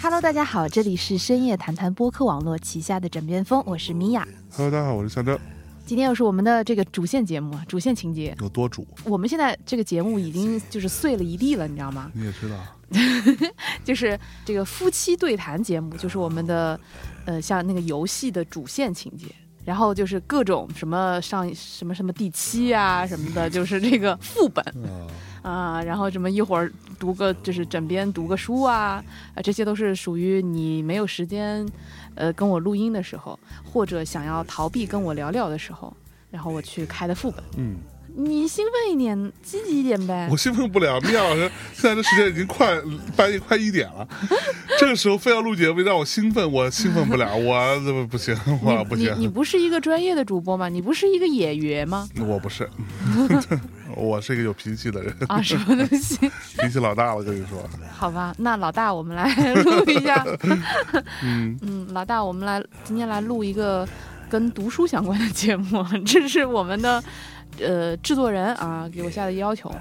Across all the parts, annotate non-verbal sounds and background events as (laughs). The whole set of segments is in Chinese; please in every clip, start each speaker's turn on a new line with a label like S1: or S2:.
S1: Hello，大家好，这里是深夜谈谈播客网络旗下的枕边风，我是米娅。
S2: Hello，大家好，我是夏征，
S1: 今天又是我们的这个主线节目，主线情节。
S2: 有多主，
S1: 我们现在这个节目已经就是碎了一地了，你知道吗？
S2: 你也知道，
S1: 就是这个夫妻对谈节目，就是我们的呃像那个游戏的主线情节。然后就是各种什么上什么什么第七啊什么的，就是这个副本
S2: 啊，
S1: 啊，然后什么一会儿读个就是枕边读个书啊，啊，这些都是属于你没有时间，呃，跟我录音的时候，或者想要逃避跟我聊聊的时候，然后我去开的副本。
S2: 嗯，
S1: 你兴奋一点，积极一点呗
S2: (laughs) 我。兴奋不了。米娅老师，现在这时间已经快半夜快一点了，这个时候非要录节目让我兴奋，我兴奋不了，我怎么不行？我不
S1: 你你
S2: 行，
S1: 不是一个专业的主播吗？你不是一个演员吗？
S2: 我不是， (laughs) 我是一个有脾气的人，
S1: 啊，什么东西？
S2: 脾气老大了，跟你说，
S1: 好吧，那老大，我们来录一下。 (laughs) 嗯老大，我们来今天来录一个跟读书相关的节目，这是我们的呃制作人啊给我下的要求，
S2: 啊，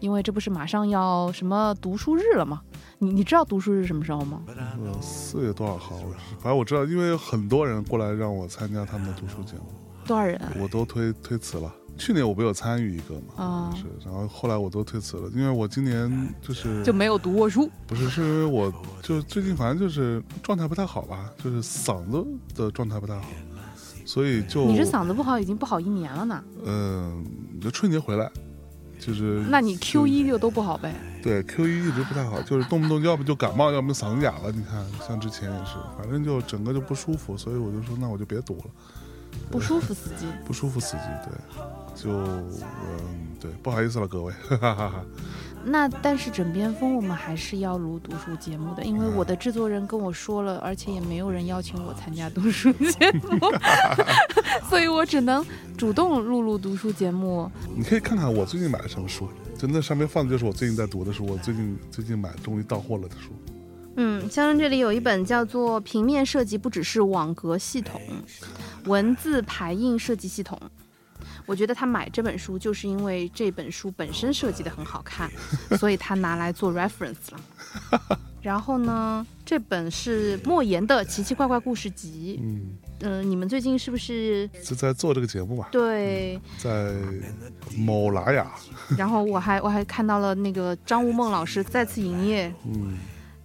S1: 因为这不是马上要什么读书日了吗？你你知道读书日什么时候吗？
S2: 呃四月多少号？反正我知道，因为有很多人过来让我参加他们的读书节目，
S1: 多少人？
S2: 我都推推辞了。去年我不有参与一个嘛，
S1: 啊、
S2: 是，然后后来我都推辞了，因为我今年就是
S1: 就没有读过书
S2: 不是，是因为我就最近反正就是状态不太好吧，就是嗓子的状态不太好，所以就
S1: 你这嗓子不好，已经不好一年了呢。
S2: 嗯、就春节回来，就是
S1: 那你 Q
S2: 一
S1: 一就都不好呗。
S2: 对 Q 一一直不太好，就是动不动要不就感冒，要么就嗓子哑了。你看，像之前也是，反正就整个就不舒服，所以我就说那我就别读了，
S1: 不舒服死机。
S2: 不舒服死机。对，就嗯对，不好意思了各位，哈哈哈哈。
S1: 那但是枕边风我们还是要录读书节目的，因为我的制作人跟我说了，而且也没有人邀请我参加读书节目， (laughs) 所以我只能主动录录读书节目。
S2: 你可以看看我最近买了什么书，就那上面放的就是我最近在读的书，我最近最近买终于到货了的书。
S1: 嗯，香生这里有一本叫做《平面设计不只是网格系统，文字排印设计系统》。我觉得他买这本书就是因为这本书本身设计的很好看，所以他拿来做 reference 了。然后呢，这本是莫言的《奇奇怪怪故事集》。
S2: 嗯。
S1: 嗯、你们最近是不是
S2: 就在做这个节目吧，
S1: 对？
S2: 在某拉雅，
S1: 然后我还我还看到了那个张无梦老师再次营业，
S2: 嗯，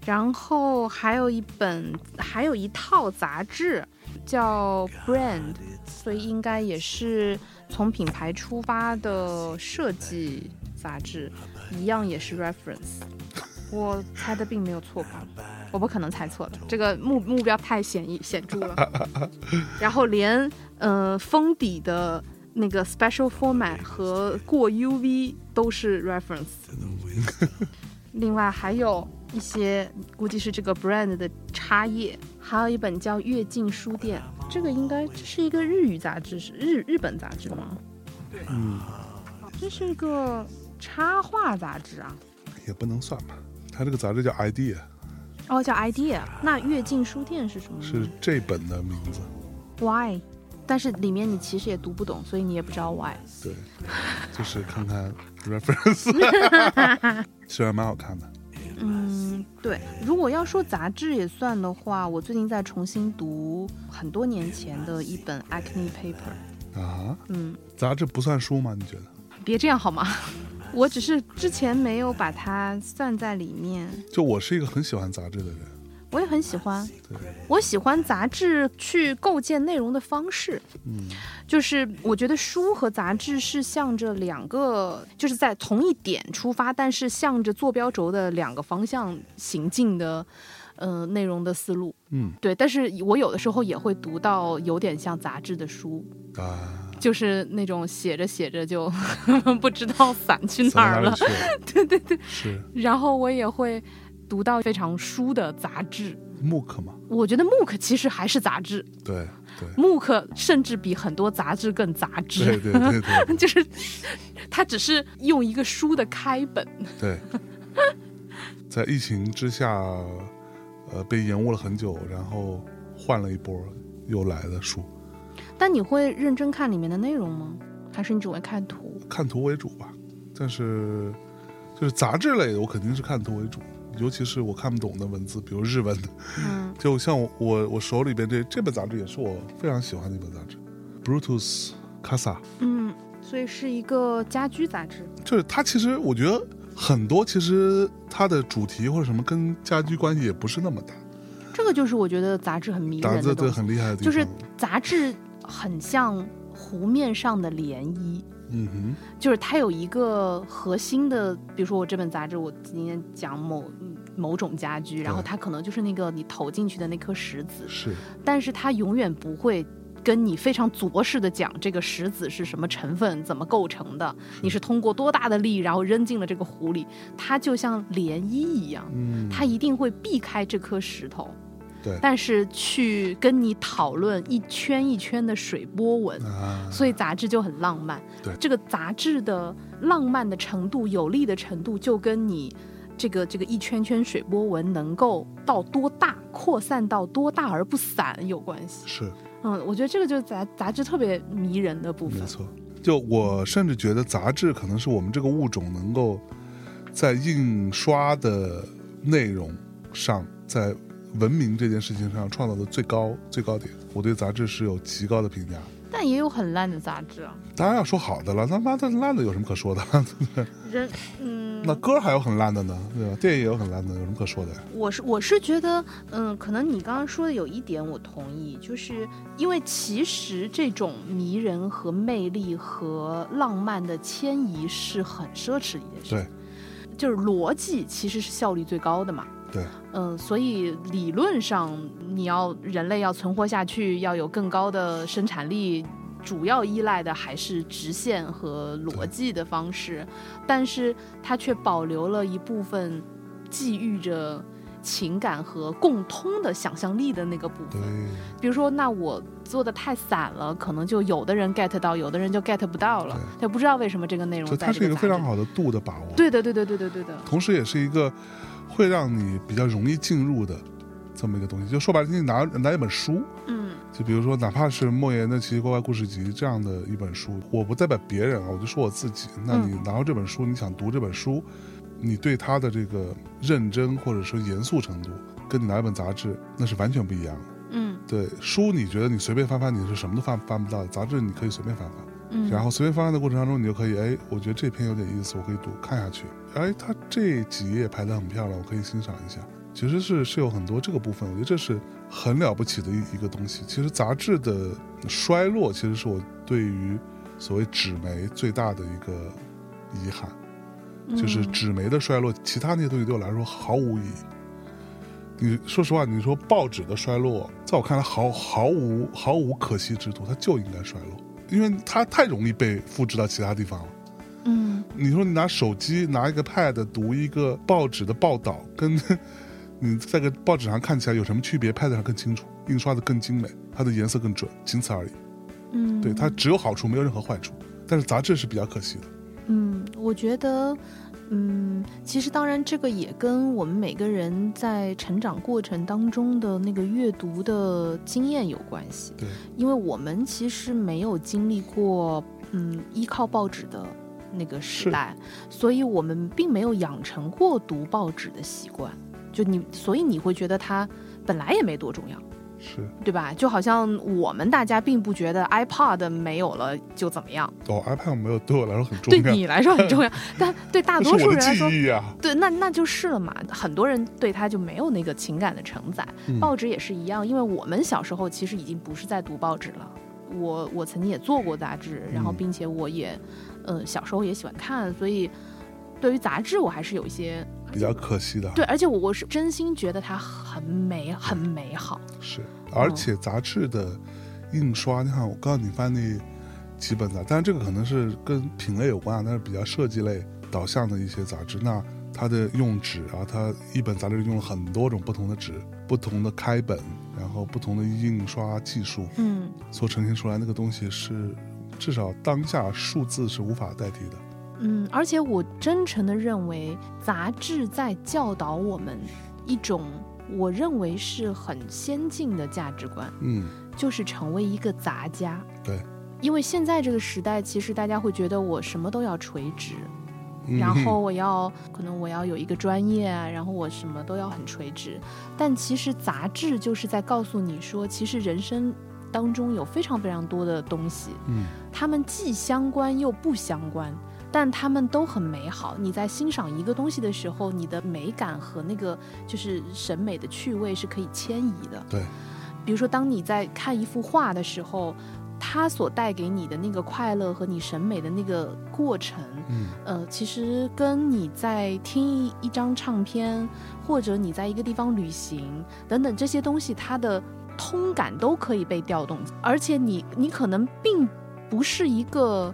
S1: 然后还有一本，还有一套杂志叫 Brand，所以应该也是从品牌出发的设计杂志，一样也是 reference。我猜的并没有错吧？我不可能猜错的，这个目目标太显一显著了。然后连呃封底的那个 special format 和过 UV 都是 reference。另外还有一些估计是这个 brand 的插页，还有一本叫《跃进书店》，这个应该这是一个日语杂志，是日日本杂志吗？
S2: 嗯，
S1: 这是一个插画杂志啊，
S2: 也不能算吧。它这个杂志叫 ID，
S1: 哦，叫 Idea。那跃进书店是什么呢？
S2: 是这本的名字。
S1: Why？但是里面你其实也读不懂，所以你也不知道 why。
S2: 对，就是看看 reference，虽然蛮好看的。
S1: 嗯，对。如果要说杂志也算的话，我最近在重新读很多年前的一本 Acne Paper。
S2: 啊，
S1: 嗯，
S2: 杂志不算书吗？你觉得？
S1: 别这样好吗？ (laughs) 我只是之前没有把它算在里面，
S2: 就我是一个很喜欢杂志的人，
S1: 我也很喜欢。
S2: 对，
S1: 我喜欢杂志去构建内容的方式，
S2: 嗯，
S1: 就是我觉得书和杂志是向着两个，就是在同一点出发，但是向着坐标轴的两个方向行进的，呃，内容的思路。
S2: 嗯
S1: 对，但是我有的时候也会读到有点像杂志的书，
S2: 啊，
S1: 就是那种写着写着就 (laughs) 不知道散去哪
S2: 散
S1: 儿了
S2: 到哪里。去了？
S1: 对对对。
S2: 是
S1: 然后我也会读到非常书的杂志。
S2: MOOC 嘛？
S1: 我觉得 MOOC 其实还是杂志
S2: 对对
S1: ，MOOC 甚至比很多杂志更杂
S2: 对
S1: 志，
S2: 对对
S1: (laughs)
S2: 对
S1: 就是它只是用一个书的开本。
S2: 对，在疫情之下，呃，被延误了很久，然后换了一波又来的书，
S1: 但你会认真看里面的内容吗？还是你只会看图？
S2: 看图为主吧。但是就是杂志类的，我肯定是看图为主。尤其是我看不懂的文字，比如日文的，
S1: 嗯
S2: 就像我我我手里边这这本杂志也是我非常喜欢的一本杂志，Brutus Casa，
S1: 嗯，所以是一个家居杂志。
S2: 就是它其实我觉得很多其实它的主题或者什么跟家居关系也不是那么大，
S1: 这个就是我觉得杂志很迷
S2: 杂
S1: 人
S2: 志
S1: 的东
S2: 对
S1: 西，
S2: 很厉害的地方，
S1: 就是杂志很像湖面上的涟漪，
S2: 嗯哼。
S1: 就是它有一个核心的，比如说我这本杂志，我今天讲某某种家居，然后它可能就是那个你投进去的那颗石子，
S2: 是，
S1: 但是它永远不会。跟你非常着实的讲这个石子是什么成分、怎么构成的，你是通过多大的力然后扔进了这个湖里，它就像涟漪一样，
S2: 嗯，
S1: 他一定会避开这颗石头，
S2: 对
S1: 但是去跟你讨论一圈一圈的水波纹，
S2: 啊，
S1: 所以杂志就很浪漫。
S2: 对
S1: 这个杂志的浪漫的程度、有力的程度，就跟你这个这个一圈圈水波纹能够到多大、扩散到多大而不散有关系。
S2: 是
S1: 嗯，我觉得这个就是杂杂志特别迷人的部
S2: 没
S1: 分。
S2: 错。就我甚至觉得杂志可能是我们这个物种能够在印刷的内容上，在文明这件事情上创造的最高最高点。我对杂志是有极高的评价。
S1: 但也有很烂的杂志啊，
S2: 当然要说好的了，那妈的烂的有什么可说的？ (laughs)
S1: 人嗯，
S2: 那歌还有很烂的呢，对吧？电影也有很烂的，有什么可说的呀？
S1: 我是我是觉得，嗯，可能你刚刚说的有一点我同意，就是因为其实这种迷人和魅力和浪漫的迁移是很奢侈的一件事，
S2: 对，
S1: 就是逻辑其实是效率最高的嘛。
S2: 对，
S1: 嗯，所以理论上你要人类要存活下去，要有更高的生产力，主要依赖的还是直线和逻辑的方式，但是它却保留了一部分寄寓着情感和共通的想象力的那个部分
S2: 对。，
S1: 比如说，那我做的太散了，可能就有的人 get 到，有的人就 get 不到了，就不知道为什么这个内容
S2: 所以
S1: 在
S2: 它是
S1: 个
S2: 一个
S1: 杂
S2: 非常
S1: 志。
S2: 好的度的把握。
S1: 对的，对对对对对的，
S2: 同时也是一个会让你比较容易进入的这么一个东西。就说白了，你拿拿一本书，
S1: 嗯
S2: 就比如说哪怕是莫言的《奇奇怪怪故事集》这样的一本书，我不代表别人啊，我就说我自己。那你拿到这本书，你想读这本书，你对它的这个认真或者说严肃程度，跟你拿一本杂志那是完全不一样的。
S1: 嗯
S2: 对书，你觉得你随便翻翻，你是什么都翻翻不到的；杂志你可以随便翻翻。
S1: 嗯，
S2: 然后随便翻翻的过程当中，你就可以，哎，我觉得这篇有点意思，我可以读看下去。哎，它这几页排得很漂亮，我可以欣赏一下。其实是是有很多这个部分，我觉得这是很了不起的一一个东西。其实杂志的衰落，其实是我对于所谓纸媒最大的一个遗憾，就是
S1: 嗯
S2: 纸媒的衰落，其他那些东西对我来说毫无意义。你说实话，你说报纸的衰落，在我看来毫毫无毫无可惜之处，它就应该衰落，因为它太容易被复制到其他地方了。
S1: 嗯
S2: 你说你拿手机拿一个 pad 读一个报纸的报道，跟你在个报纸上看起来有什么区别？pad 上更清楚，印刷的更精美，它的颜色更准，仅此而已。
S1: 嗯，
S2: 对，它只有好处，没有任何坏处。但是杂志是比较可惜的，
S1: 嗯，我觉得，嗯，其实当然这个也跟我们每个人在成长过程当中的那个阅读的经验有关系，
S2: 对，
S1: 因为我们其实没有经历过，嗯，依靠报纸的。那个时
S2: 是
S1: 代，所以我们并没有养成过读报纸的习惯，就你，所以你会觉得它本来也没多重要。
S2: 是
S1: 对吧？就好像我们大家并不觉得 iPod 没有了就怎么样，
S2: 哦，iPad 没有对我来说很重
S1: 对
S2: 要，
S1: 你来说很
S2: (laughs)
S1: 重要，但对大多
S2: 这是
S1: 数
S2: 我
S1: 人
S2: 的
S1: 来说，
S2: 记忆啊。
S1: 对，那那就是了嘛。很多人对它就没有那个情感的承载。
S2: 嗯
S1: 报纸也是一样，因为我们小时候其实已经不是在读报纸了。我我曾经也做过杂志，然后
S2: 嗯
S1: 并且我也，呃，小时候也喜欢看，所以对于杂志我还是有一些
S2: 比较可惜的啊，
S1: 对，而且我我是真心觉得它很美，很美好。
S2: 是，
S1: 嗯
S2: 而且杂志的印刷，你看我告诉你翻那几本杂，但是这个可能是跟品类有关啊，但是比较设计类导向的一些杂志，那它的用纸啊，它一本杂志用了很多种不同的纸、不同的开本，然后不同的印刷技术
S1: 嗯，
S2: 所呈现出来那个东西是。至少当下数字是无法代替的，
S1: 嗯，而且我真诚的认为，杂志在教导我们一种我认为是很先进的价值观，
S2: 嗯，
S1: 就是成为一个杂家。
S2: 对，
S1: 因为现在这个时代，其实大家会觉得我什么都要垂直，
S2: 嗯
S1: 然后我要可能我要有一个专业啊，然后我什么都要很垂直。但其实杂志就是在告诉你说，其实人生当中有非常非常多的东西，
S2: 嗯，
S1: 它们既相关又不相关，但它们都很美好。你在欣赏一个东西的时候，你的美感和那个就是审美的趣味是可以迁移的。
S2: 对，
S1: 比如说当你在看一幅画的时候，它所带给你的那个快乐和你审美的那个过程，
S2: 嗯
S1: 呃，其实跟你在听一一张唱片，或者你在一个地方旅行等等这些东西，它的通感都可以被调动。而且你你可能并不是一个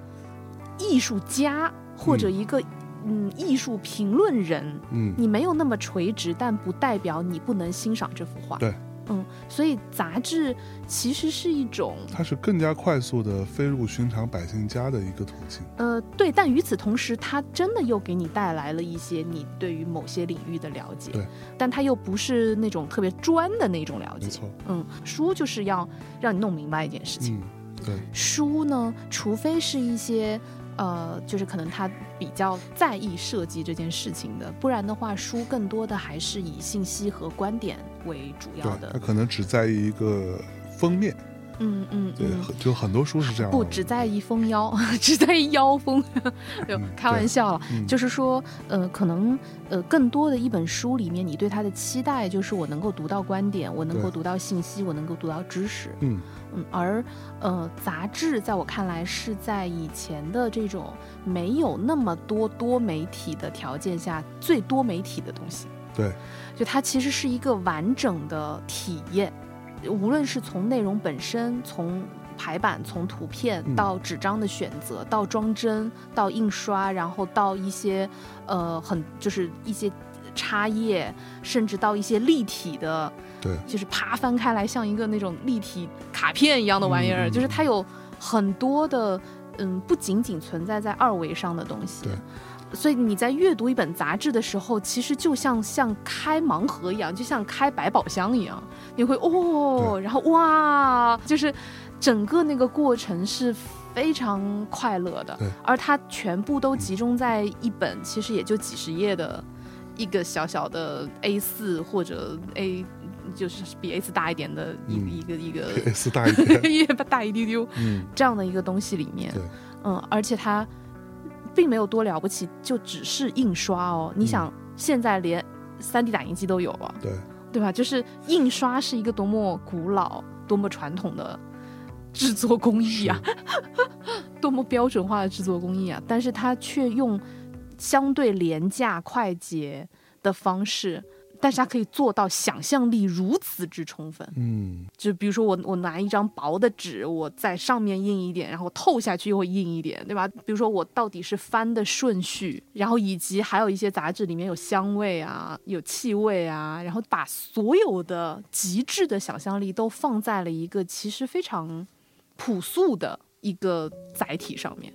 S1: 艺术家或者
S2: 嗯
S1: 一个嗯艺术评论人，
S2: 嗯
S1: 你没有那么垂直，但不代表你不能欣赏这幅画。
S2: 对。
S1: 嗯，所以杂志其实是一种，
S2: 它是更加快速的飞入寻常百姓家的一个途径。
S1: 呃，对，但与此同时，它真的又给你带来了一些你对于某些领域的了解，
S2: 对，
S1: 但它又不是那种特别专的那种了
S2: 没
S1: 解，
S2: 错，
S1: 嗯，书就是要让你弄明白一件事情，
S2: 嗯，对，
S1: 书呢，除非是一些。呃，就是可能他比较在意设计这件事情的，不然的话，书更多的还是以信息和观点为主要
S2: 对，啊
S1: 的
S2: 它。可能只在意一个封面，
S1: 嗯嗯
S2: 对，
S1: 嗯，
S2: 很就很多书是这样的。
S1: 不只在意封腰， (laughs) 只在意腰封， (laughs) 没有
S2: 嗯
S1: 开玩
S2: 对
S1: 笑了。
S2: 嗯
S1: 就是说，呃，可能呃，更多的一本书里面，你对它的期待就是我能够读到观点，我能够
S2: 对
S1: 读到信息，我能够读到知识。
S2: 嗯
S1: 嗯，而呃，杂志在我看来是在以前的这种没有那么多多媒体的条件下，最多媒体的东西。
S2: 对，
S1: 就它其实是一个完整的体验，无论是从内容本身，从排版，从图片
S2: 嗯
S1: 到纸张的选择，到装帧，到印刷，然后到一些呃很就是一些插页，甚至到一些立体的，
S2: 对，
S1: 就是啪翻开来像一个那种立体卡片一样的玩意儿，
S2: 嗯嗯
S1: 就是它有很多的嗯，不仅仅存在在二维上的东西
S2: 对。
S1: 所以你在阅读一本杂志的时候，其实就像像开盲盒一样，就像开百宝箱一样，你会哦，然后哇，就是整个那个过程是非常快乐的
S2: 对，
S1: 而它全部都集中在一本其实也就几十页的一个小小的 A 四或者 A 就是比 A 四大一点的一、
S2: 嗯
S1: 一个一
S2: (laughs)
S1: 个
S2: 比 S 大一
S1: (laughs)
S2: 点。
S1: 一个大一丢丢
S2: 嗯，
S1: 这样的一个东西里面
S2: 对，
S1: 嗯，而且它并没有多了不起，就只是印刷哦。你
S2: 嗯
S1: 想，现在连 3D 打印机都有了，
S2: 对，
S1: 对吧？就是印刷是一个多么古老、多么传统的制作工艺啊， (laughs) 多么标准化的制作工艺啊！但是它却用相对廉价、快捷的方式，但是它可以做到想象力如此之充分。
S2: 嗯，
S1: 就比如说我我拿一张薄的纸，我在上面印一点，然后透下去又会印一点，对吧？比如说我到底是翻的顺序，然后以及还有一些杂志里面有香味啊，有气味啊，然后把所有的极致的想象力都放在了一个其实非常朴素的一个载体上面。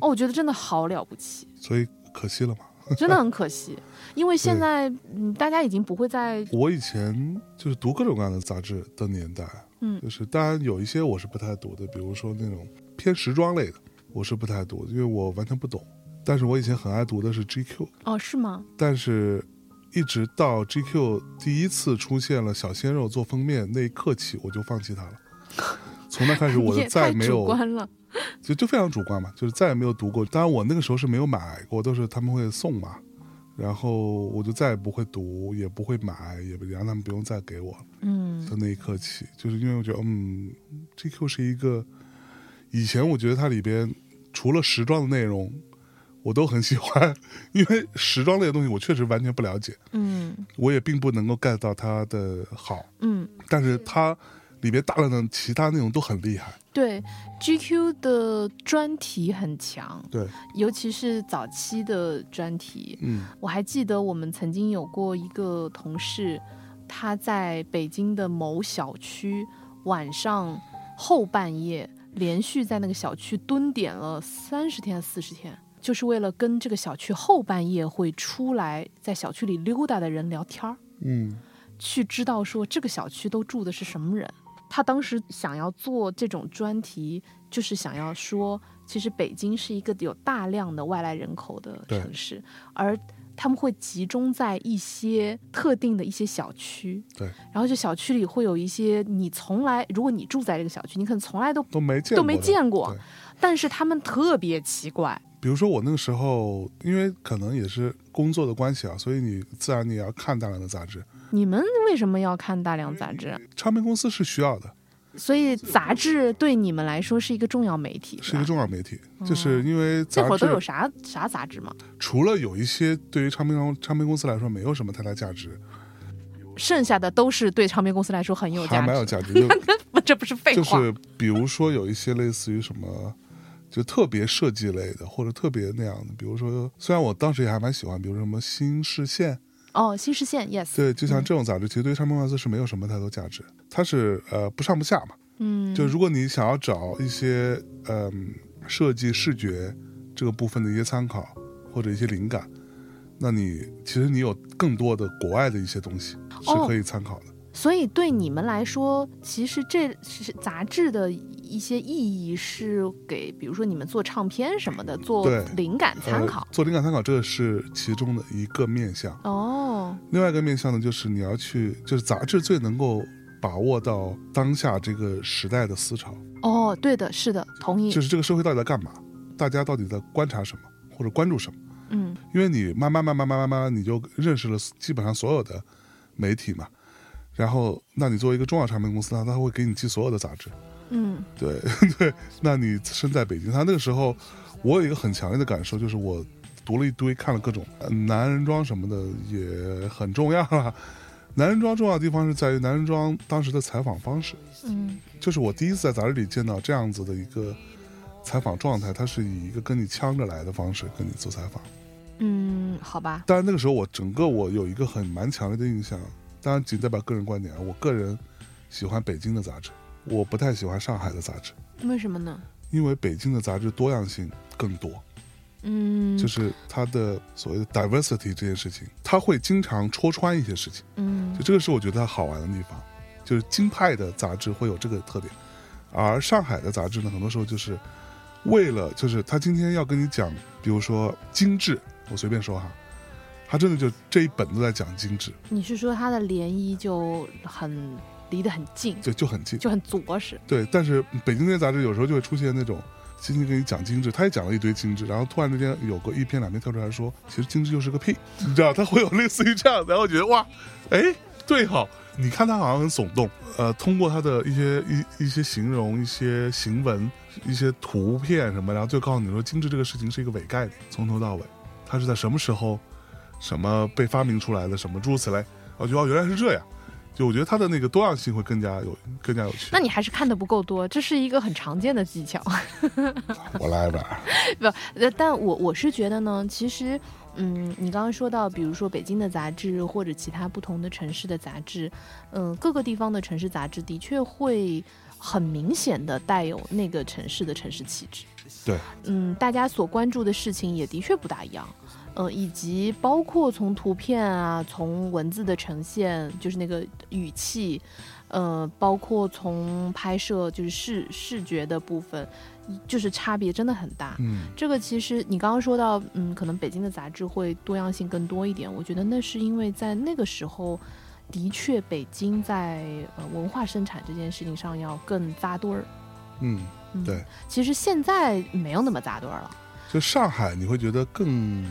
S1: 哦，我觉得真的好了不起，
S2: 嗯所以可惜了嘛。
S1: 真的很可
S2: (laughs)
S1: 惜，因为现在嗯，大家已经不会再
S2: 我以前就是读各种各样的杂志的年代，
S1: 嗯
S2: 就是当然有一些我是不太读的，比如说那种偏时装类的，我是不太读的，因为我完全不懂。但是我以前很爱读的是 GQ，
S1: 哦，是吗？
S2: 但是一直到 GQ 第一次出现了小鲜肉做封面那一刻起，我就放弃它
S1: (laughs)
S2: 了。从那开始，我
S1: 你
S2: 就
S1: 也
S2: 再
S1: 太
S2: 没
S1: 主
S2: 有
S1: 观了，
S2: 就就非常主观嘛，就是再也没有读过。当然我那个时候是没有买过，都是他们会送嘛，然后我就再也不会读，也不会买，也让他们不用再给我了。
S1: 嗯。
S2: 从那一刻起，就是因为我觉得，嗯，GQ 是一个，以前我觉得它里边除了时装的内容，我都很喜欢，因为时装类的东西我确实完全不了解，
S1: 嗯
S2: 我也并不能够 get 到它的好，
S1: 嗯，
S2: 但是它里边大量的其他内容都很厉害，
S1: 对，GQ 的专题很强，
S2: 对，
S1: 尤其是早期的专题。
S2: 嗯
S1: 我还记得我们曾经有过一个同事，他在北京的某小区晚上后半夜连续在那个小区蹲点了三十天、四十天。就是为了跟这个小区后半夜会出来在小区里溜达的人聊天儿，
S2: 嗯
S1: 去知道说这个小区都住的是什么人，他当时想要做这种专题，就是想要说，其实北京是一个有大量的外来人口的
S2: 对
S1: 城市，而他们会集中在一些特定的一些小区，
S2: 对，
S1: 然后这小区里会有一些你从来，如果你住在这个小区，你可能从来都
S2: 都没见
S1: 都没
S2: 过的
S1: 见过
S2: 对，
S1: 但是他们特别奇怪，
S2: 比如说我那个时候，因为可能也是工作的关系啊，所以你自然你也要看大量的杂志。
S1: 你们为什么要看大量杂志啊？
S2: 唱片公司是需要的，
S1: 所以杂志对你们来说是一个重要媒体，
S2: 是一个
S1: 吧
S2: 重要媒体，就是因为
S1: 那
S2: 杂
S1: 会儿都有
S2: 志
S1: 啥啥杂志嘛？
S2: 除了有一些对于唱片公唱片公司来说没有什么太大价值，
S1: 剩下的都是对唱片公司来说很有
S2: 还
S1: 价
S2: 蛮有
S1: 值。
S2: 价值，就
S1: (laughs) 这不是废
S2: 就
S1: 话。
S2: 是比如说有一些类似于什么。就特别设计类的，或者特别那样的，比如说，虽然我当时也还蛮喜欢，比如说什么新视线，
S1: 哦，新视线，yes，
S2: 对，就像这种杂志，其实对于唱片公司是没有什么太多价值，它是呃不上不下嘛。
S1: 嗯，
S2: 就如果你想要找一些嗯、设计视觉这个部分的一些参考或者一些灵感，那你其实你有更多的国外的一些东西是
S1: 哦
S2: 可以参考的。
S1: 所以对你们来说，其实这是杂志的一些意义是给，比如说你们做唱片什么的，做
S2: 对
S1: 灵感参考
S2: 呃、。做灵感参考，这个是其中的一个面向。
S1: 哦，
S2: 另外一个面向呢，就是你要去，就是杂志最能够把握到当下这个时代的思潮。
S1: 哦，对的，是的，同意
S2: 就。是这个社会到底在干嘛，大家到底在观察什么或者关注什么？
S1: 嗯，
S2: 因为你慢慢慢慢慢慢慢慢，你就认识了基本上所有的媒体嘛。然后，那你作为一个中小唱片公司，那他会给你寄所有的杂志。
S1: 嗯，
S2: 对 (laughs) 对，那你身在北京，他那个时候，我有一个很强烈的感受，就是我读了一堆，看了各种呃男人装什么的也很重要啦。男人装重要的地方是在于男人装当时的采访方式。
S1: 嗯，
S2: 就是我第一次在杂志里见到这样子的一个采访状态，他是以一个跟你呛着来的方式跟你做采访。
S1: 嗯，好吧，
S2: 当然那个时候我整个我有一个很蛮强烈的印象，当然仅代表个人观点啊，我个人喜欢北京的杂志，我不太喜欢上海的杂志，
S1: 为什么呢？
S2: 因为北京的杂志多样性更多，
S1: 嗯，
S2: 就是它的所谓的 diversity 这件事情，它会经常戳穿一些事情。
S1: 嗯
S2: 就，这个是我觉得它好玩的地方，就是京派的杂志会有这个特点，而上海的杂志呢，很多时候就是为了就是他今天要跟你讲，比如说精致，我随便说哈，他真的就这一本都在讲精致，
S1: 你是说它的涟漪就很离得很近，
S2: 就就很近，
S1: 就很着实。
S2: 对。但是北京那些杂志有时候就会出现那种。今天跟你讲精致，他也讲了一堆精致，然后突然之间有个一篇两篇跳出来说，其实精致就是个屁，你知道他会有类似于这样的，然后我觉得哇，哎，对哈、你看他好像很耸动，呃，通过他的一些一一些形容、一些行文、一些图片什么，然后就告诉你说，精致这个事情是一个伪概念，从头到尾，它是在什么时候、什么被发明出来的，什么诸如此类。我觉得哦，原来是这样，就我觉得它的那个多样性会更加有更加有趣
S1: 那。你还是看的不够多，这是一个很常见的技巧。
S2: 我来吧，
S1: 不，呃，但我我是觉得呢，其实，嗯，你刚刚说到，比如说北京的杂志或者其他不同的城市的杂志，嗯、各个地方的城市杂志的确会很明显的带有那个城市的城市气质。
S2: 对，
S1: 嗯，大家所关注的事情也的确不大一样。呃，以及包括从图片啊，从文字的呈现，就是那个语气，呃，包括从拍摄，就是视视觉的部分，就是差别真的很大。
S2: 嗯，
S1: 这个其实你刚刚说到，嗯，可能北京的杂志会多样性更多一点。我觉得那是因为在那个时候，的确北京在呃文化生产这件事情上要更扎堆儿。
S2: 嗯，
S1: 嗯，
S2: 对。
S1: 其实现在没有那么扎堆儿了。
S2: 就上海，你会觉得更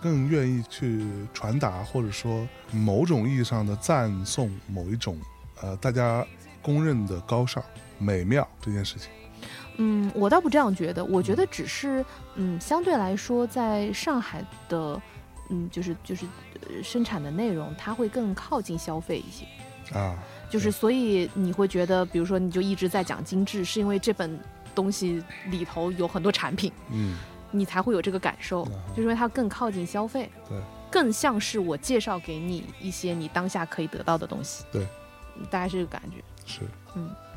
S2: 更愿意去传达，或者说某种意义上的赞颂某一种呃大家公认的高尚、美妙这件事情。
S1: 嗯，我倒不这样觉得，我觉得只是，嗯，相对来说，在上海的，嗯，就是就是、呃生产的内容，它会更靠近消费一些。
S2: 啊，
S1: 就是所以你会觉得，比如说你就一直在讲精致，是因为这本东西里头有很多产品，
S2: 嗯，
S1: 你才会有这个感受，
S2: 啊
S1: 就是因为它更靠近消费，
S2: 对，
S1: 更像是我介绍给你一些你当下可以得到的东西，
S2: 对，
S1: 大概是这个感觉。
S2: 是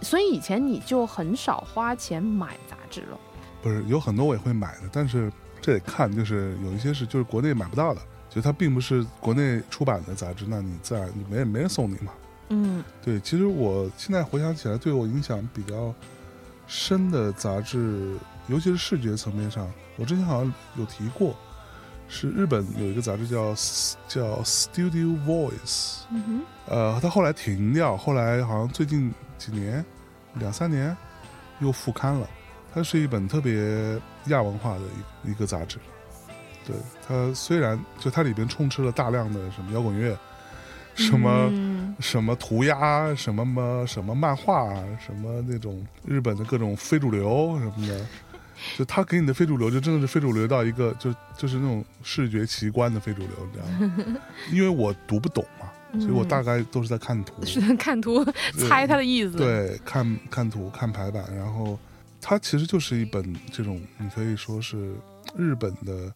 S1: 所以以前你就很少花钱买杂志了，
S2: 不是有很多我也会买的，但是这得看，就是有一些是就是国内买不到的，就它并不是国内出版的杂志，那你自然没人没人送你嘛。
S1: 嗯
S2: 对，其实我现在回想起来，对我影响比较深的杂志，尤其是视觉层面上，我之前好像有提过，是日本有一个杂志叫 S- 叫 Studio Voice，
S1: 嗯哼，
S2: 呃，它后来停掉，后来好像最近几年，两三年又复刊了。它是一本特别亚文化的一一个杂志，对它虽然就它里边充斥了大量的什么摇滚乐，什么、
S1: 嗯
S2: 什么涂鸦，什么么什么漫画，什么那种日本的各种非主流什么的，就他给你的非主流，就真的是非主流到一个就就是那种视觉奇观的非主流，你知道吗？因为我读不懂嘛，所以我大概都是在看图，
S1: 嗯 (laughs) 是看图
S2: 对
S1: 猜他的意思。，
S2: 对，看看图，看排版，然后它其实就是一本这种，你可以说是日本的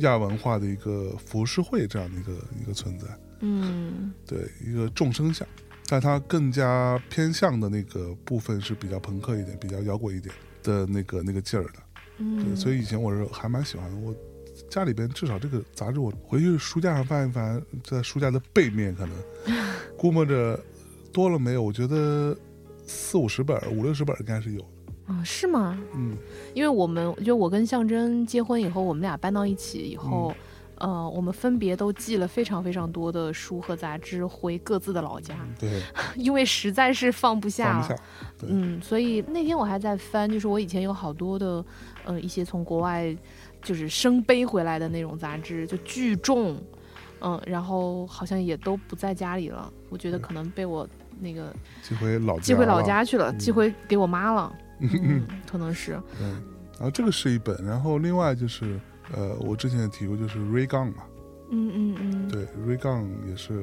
S2: 亚文化的一个浮世绘这样的一个一个存在。
S1: 嗯
S2: 对，一个众生相，但它更加偏向的那个部分是比较朋克一点、比较摇滚一点的那个那个劲儿的。对，
S1: 嗯，
S2: 所以以前我是还蛮喜欢的。我家里边至少这个杂志，我回去书架上翻一翻，在书架的背面
S1: (laughs)
S2: 可能估摸着多了没有，我觉得四五十本儿、五六十本儿应该是有的。
S1: 啊、是吗？
S2: 嗯，
S1: 因为我们就我跟象征结婚以后，我们俩搬到一起以后，
S2: 嗯
S1: 呃，我们分别都寄了非常非常多的书和杂志回各自的老家， (laughs)
S2: 嗯对，
S1: 因为实在是放不下
S2: 放
S1: 了。
S2: 不下。对
S1: 嗯，所以那天我还在翻，就是我以前有好多的，呃，一些从国外就是生背回来的那种杂志，就巨重，嗯，然后好像也都不在家里了，我觉得
S2: 对
S1: 可能被我那个
S2: 嗯寄回老家，
S1: 寄回老。家去了，
S2: 嗯
S1: 寄回给我妈
S2: (laughs)
S1: 了，嗯，可能是，
S2: 对，然后这个是一本，然后另外就是呃，我之前也提过，就是 Ray Gun 嘛。
S1: 嗯嗯嗯，
S2: 对，《Ray Gun》也是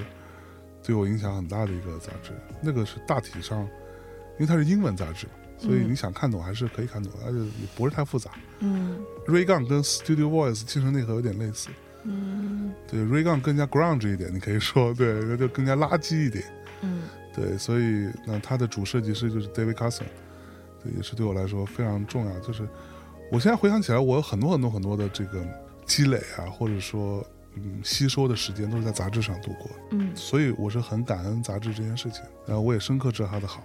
S2: 对我影响很大的一个杂志。那个是大体上，因为它是英文杂志嘛，所以
S1: 嗯
S2: 你想看懂还是可以看懂，而且也不是太复杂。
S1: 嗯。
S2: 《Ray Gun》跟 Studio Voice 精神内核有点类似，
S1: 嗯
S2: 对，《Ray Gun》更加 grunge 一点，你可以说，对，那就更加垃圾一点。
S1: 嗯
S2: 对，所以那它的主设计师就是 David Carson，对，也是对我来说非常重要。就是我现在回想起来，我有很多很多很多的这个积累啊，或者说嗯吸收的时间都是在杂志上度过的。
S1: 嗯，
S2: 所以我是很感恩杂志这件事情，然后我也深刻知道它的好。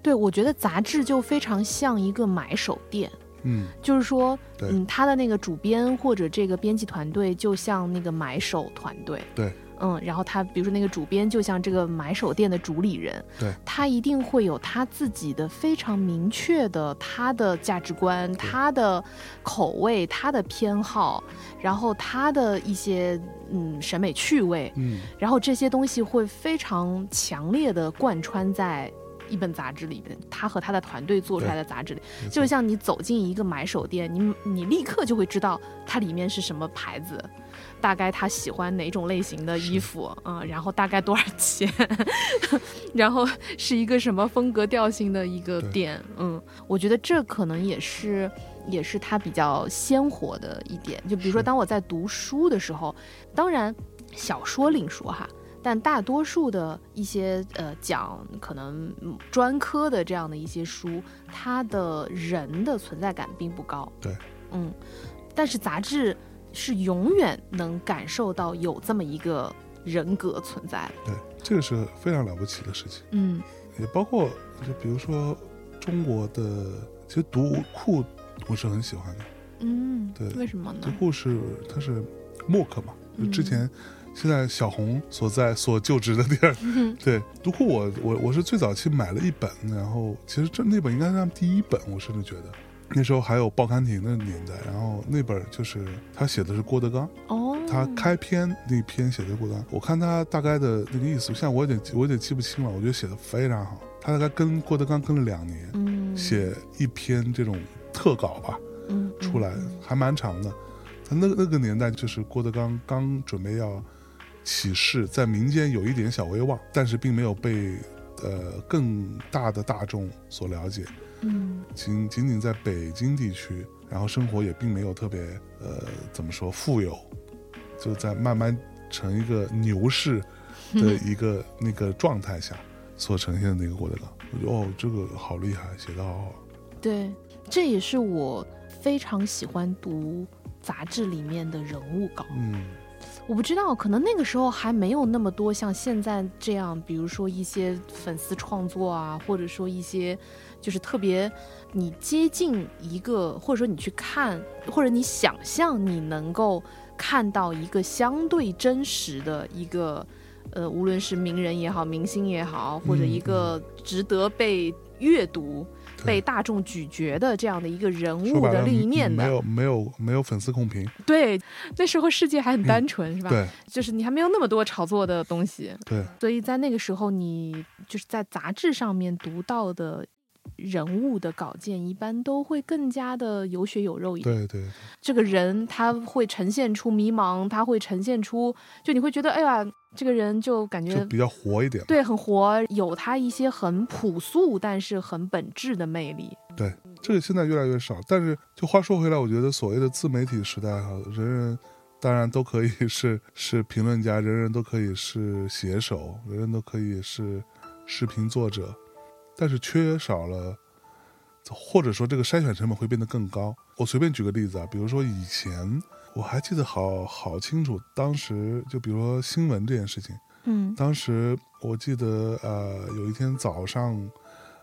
S1: 对，我觉得杂志就非常像一个买手店，
S2: 嗯，
S1: 就是说，
S2: 对
S1: 嗯，他的那个主编或者这个编辑团队就像那个买手团队，
S2: 对，
S1: 嗯，然后他比如说那个主编就像这个买手店的主理人，
S2: 对，
S1: 他一定会有他自己的非常明确的他的价值观、他的口味、他的偏好，然后他的一些嗯审美趣味，
S2: 嗯，
S1: 然后这些东西会非常强烈的贯穿在一本杂志里面，他和他的团队做出来的杂志里，
S2: 没
S1: 就
S2: 错
S1: 像你走进一个买手店，你你立刻就会知道它里面是什么牌子。大概他喜欢哪种类型的衣服啊、然后大概多少钱， (laughs) 然后是一个什么风格调性的一个
S2: 对
S1: 店，嗯，我觉得这可能也是也是它比较鲜活的一点。就比如说，
S2: 是
S1: 当我在读书的时候，当然小说另说哈，但大多数的一些呃讲可能嗯专科的这样的一些书，它的人的存在感并不高。
S2: 对，
S1: 嗯，但是杂志是永远能感受到有这么一个人格存在的。
S2: 对，这个是非常了不起的事情，
S1: 嗯
S2: 也包括就比如说中国的，其实读库我是很喜欢的，
S1: 嗯，
S2: 对
S1: 为什么
S2: 读
S1: 呢？
S2: 库是它是 MOOC 嘛，就
S1: 嗯
S2: 之前。现在小红所在所就职的地儿，
S1: 嗯
S2: 对读库我我我是最早期买了一本，然后其实这那本应该是他们第一本，我甚至觉得那时候还有报刊亭的年代，然后那本就是他写的是郭德纲，
S1: 哦，
S2: 他开篇那篇写的过单，我看他大概的那个意思，现在我有点记我有点记不清了，我觉得写的非常好。他大概跟郭德纲跟了两年，
S1: 嗯
S2: 写一篇这种特稿吧
S1: 嗯嗯
S2: 出来，还蛮长的。他那那个年代就是郭德纲刚准备要起势，在民间有一点小威望，但是并没有被呃更大的大众所了解。
S1: 嗯
S2: 仅仅仅在北京地区，然后生活也并没有特别呃怎么说富有，就在慢慢成一个牛市的
S1: 嗯
S2: 一个那个状态下所呈现的那个郭德纲，我觉得哦这个好厉害，写的好好，
S1: 对，这也是我非常喜欢读杂志里面的人物稿。
S2: 嗯，
S1: 我不知道，可能那个时候还没有那么多像现在这样，比如说一些粉丝创作啊，或者说一些就是特别你接近一个，或者说你去看，或者你想象你能够看到一个相对真实的一个，呃，无论是名人也好，明星也好，或者一个值得被阅读、
S2: 嗯对
S1: 被大众咀嚼的这样的一个人
S2: 说
S1: 物
S2: 白
S1: 的
S2: 了
S1: 另一面
S2: 没
S1: 的。
S2: 有没有没有粉丝控评，
S1: 对，那时候世界
S2: 嗯
S1: 还很单纯，是吧？
S2: 对
S1: 就是你还没有那么多炒作的东西，
S2: 对，
S1: 所以在那个时候，你就是在杂志上面读到的人物的稿件，一般都会更加的有血有肉一点。
S2: 对对，
S1: 这个人他会呈现出迷茫，他会呈现出，就你会觉得，哎呀，这个人就感
S2: 就
S1: 觉
S2: 比较活一点。
S1: 对很活，有他一些很朴素但是很本质的魅力。
S2: 这个现在越来越少，但是就话说回来，我觉得所谓的自媒体时代哈，人人当然都可以是是评论家，人人都可以是写手，人人都可以是视频作者，但是缺少了，或者说这个筛选成本会变得更高。我随便举个例子啊，比如说以前我还记得好好清楚，当时就比如说新闻这件事情。
S1: 嗯
S2: 当时我记得，呃，有一天早上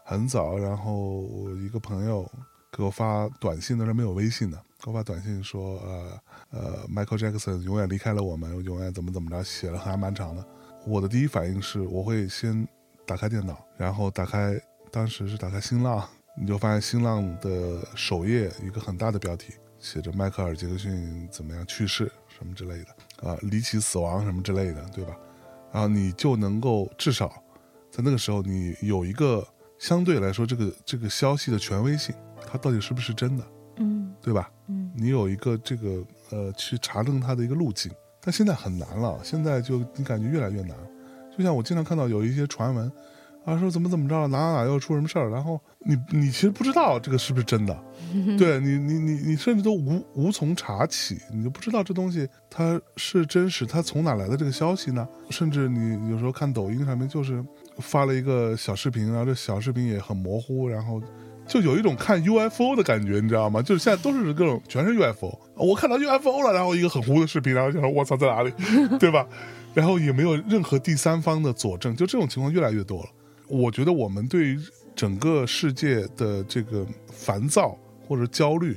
S2: 很早，然后我一个朋友给我发短信，那时候没有微信的，给我发短信说，呃呃，Michael Jackson 永远离开了我们，永远怎么怎么着，写了还蛮长的。我的第一反应是，我会先打开电脑，然后打开，当时是打开新浪，你就发现新浪的首页有一个很大的标题，写着迈克尔·杰克逊怎么样去世什么之类的，啊、离奇死亡什么之类的，对吧？然后啊你就能够至少在那个时候，你有一个相对来说这个这个消息的权威性，它到底是不是真的，
S1: 嗯
S2: 对吧？
S1: 嗯，
S2: 你有一个这个呃去查证它的一个路径，但现在很难了，现在就你感觉越来越难。就像我经常看到有一些传闻，啊说怎么怎么着，哪哪哪又出什么事儿，然后你你其实不知道这个是不是真的，对你你你你甚至都无无从查起，你就不知道这东西它是真实，它从哪来的这个消息呢？甚至你有时候看抖音上面就是发了一个小视频，然后这小视频也很模糊，然后就有一种看 UFO 的感觉，你知道吗？就是现在都是各种全是 UFO，我看到 UFO 了，然后一个很糊的视频，然后就说我操在哪里，对吧？然后也没有任何第三方的佐证，就这种情况越来越多了。我觉得我们对于整个世界的这个烦躁或者焦虑，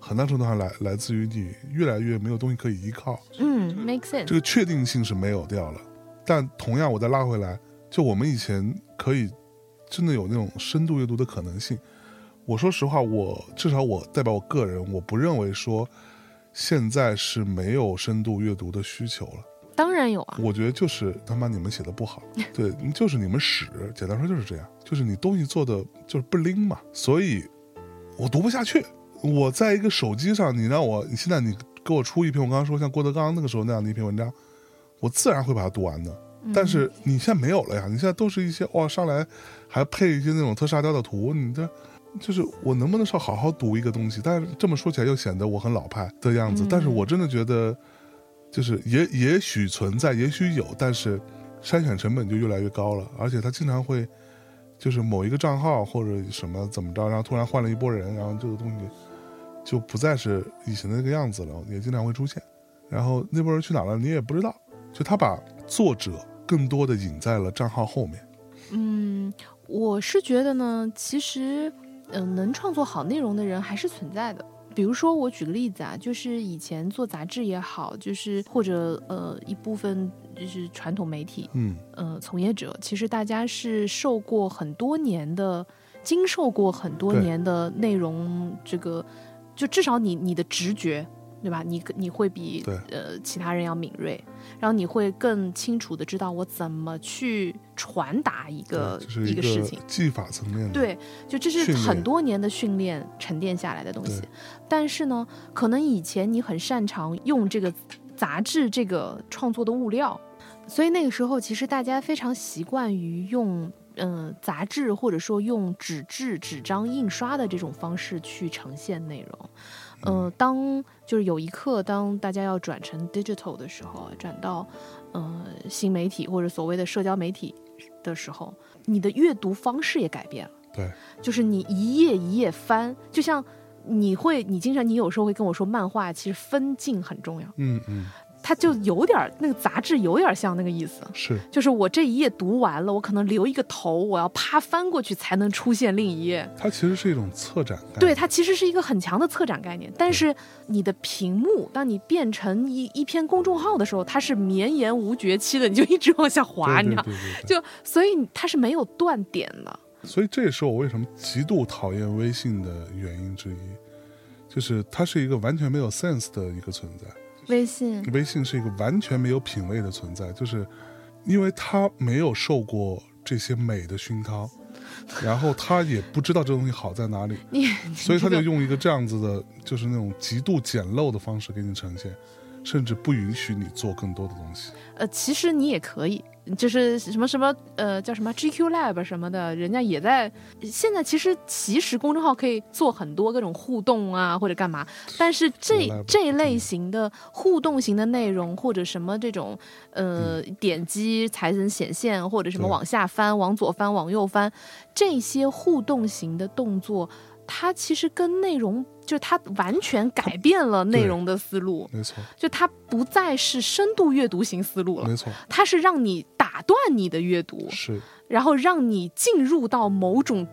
S2: 很大程度上来来自于你越来越没有东西可以依靠，
S1: 嗯，make sense。
S2: 这个确定性是没有掉了。但同样，我再拉回来，就我们以前可以真的有那种深度阅读的可能性。我说实话，我至少我代表我个人，我不认为说现在是没有深度阅读的需求了。
S1: 当然有啊，
S2: 我觉得就是他妈你们写的不好，对，就是你们屎。简单说就是这样，就是你东西做的就是不灵嘛，所以我读不下去。我在一个手机上，你让我，你现在你给我出一篇，我刚刚说像郭德纲那个时候那样的一篇文章，我自然会把它读完的。但是你现在没有了呀，你现在都是一些哇，上来还配一些那种特沙雕的图，你这就是我能不能上好好读一个东西？但是这么说起来又显得我很老派的样子，
S1: 嗯
S2: 但是我真的觉得，就是也也许存在，也许有，但是筛选成本就越来越高了，而且它经常会就是某一个账号或者什么怎么着，然后突然换了一波人，然后这个东西就不再是以前的那个样子了，也经常会出现。然后那波人去哪了，你也不知道。就他把作者更多的引在了账号后面。
S1: 嗯，我是觉得呢，其实，嗯、能创作好内容的人还是存在的。比如说，我举个例子啊，就是以前做杂志也好，就是或者呃一部分就是传统媒体
S2: 嗯，
S1: 呃从业者，其实大家是受过很多年的，经受过很多
S2: 对
S1: 年的内容这个，就至少你你的直觉对吧？你你会比
S2: 对
S1: 呃其他人要敏锐，然后你会更清楚的知道我怎么去传达一个
S2: 对这是
S1: 一
S2: 个
S1: 个事情。
S2: 技法层面的。，
S1: 对，就这是
S2: 嗯训练
S1: 很多年的训练沉淀下来的东西
S2: 对。
S1: 但是呢，可能以前你很擅长用这个杂志这个创作的物料，所以那个时候其实大家非常习惯于用。嗯，杂志或者说用纸质、纸张印刷的这种方式去呈现内容，
S2: 嗯
S1: 呃，当就是有一刻，当大家要转成 digital 的时候，转到呃新媒体或者所谓的社交媒体的时候，你的阅读方式也改变了。
S2: 对，
S1: 就是你一页一页翻，就像你会，你经常你有时候会跟我说，漫画其实分镜很重要。
S2: 嗯嗯，
S1: 它就有点儿那个杂志有点儿像那个意思，
S2: 是
S1: 就是我这一页读完了，我可能留一个头，我要啪翻过去才能出现另一页。
S2: 它其实是一种策展概念，
S1: 对，它其实是一个很强的策展概念，但是你的屏幕，当你变成一一篇公众号的时候，它是绵延无绝期的，你就一直往下滑，
S2: 对
S1: 你知道，
S2: 对对对对
S1: 就所以它是没有断点的。
S2: 所以这也是我为什么极度讨厌微信的原因之一，就是它是一个完全没有 sense 的一个存在。
S1: 微信，
S2: 微信是一个完全没有品位的存在，就是因为他没有受过这些美的熏陶，然后他也不知道这东西好在哪里，
S1: 你
S2: 所以他
S1: 这
S2: 就
S1: 个
S2: 用一个这样子的，就是那种极度简陋的方式给你呈现，甚至不允许你做更多的东西。
S1: 呃，其实你也可以，就是什么什么呃，叫什么 GQ Lab 什么的，人家也在。现在其实其实公众号可以做很多各种互动啊，或者干嘛，但是这
S2: Lab
S1: 这类型的互动型的内容或者什么这种呃、点击才能显现，或者什么
S2: 嗯对
S1: 往下翻、往左翻、往右翻，这些互动型的动作。它其实跟内容，就是它完全改变了内
S2: 对
S1: 容的思路，
S2: 没错，
S1: 就它不再是深度阅读型思路了，
S2: 没错，
S1: 它是让你打断你的阅读，
S2: 是。
S1: 然后让你进入到某种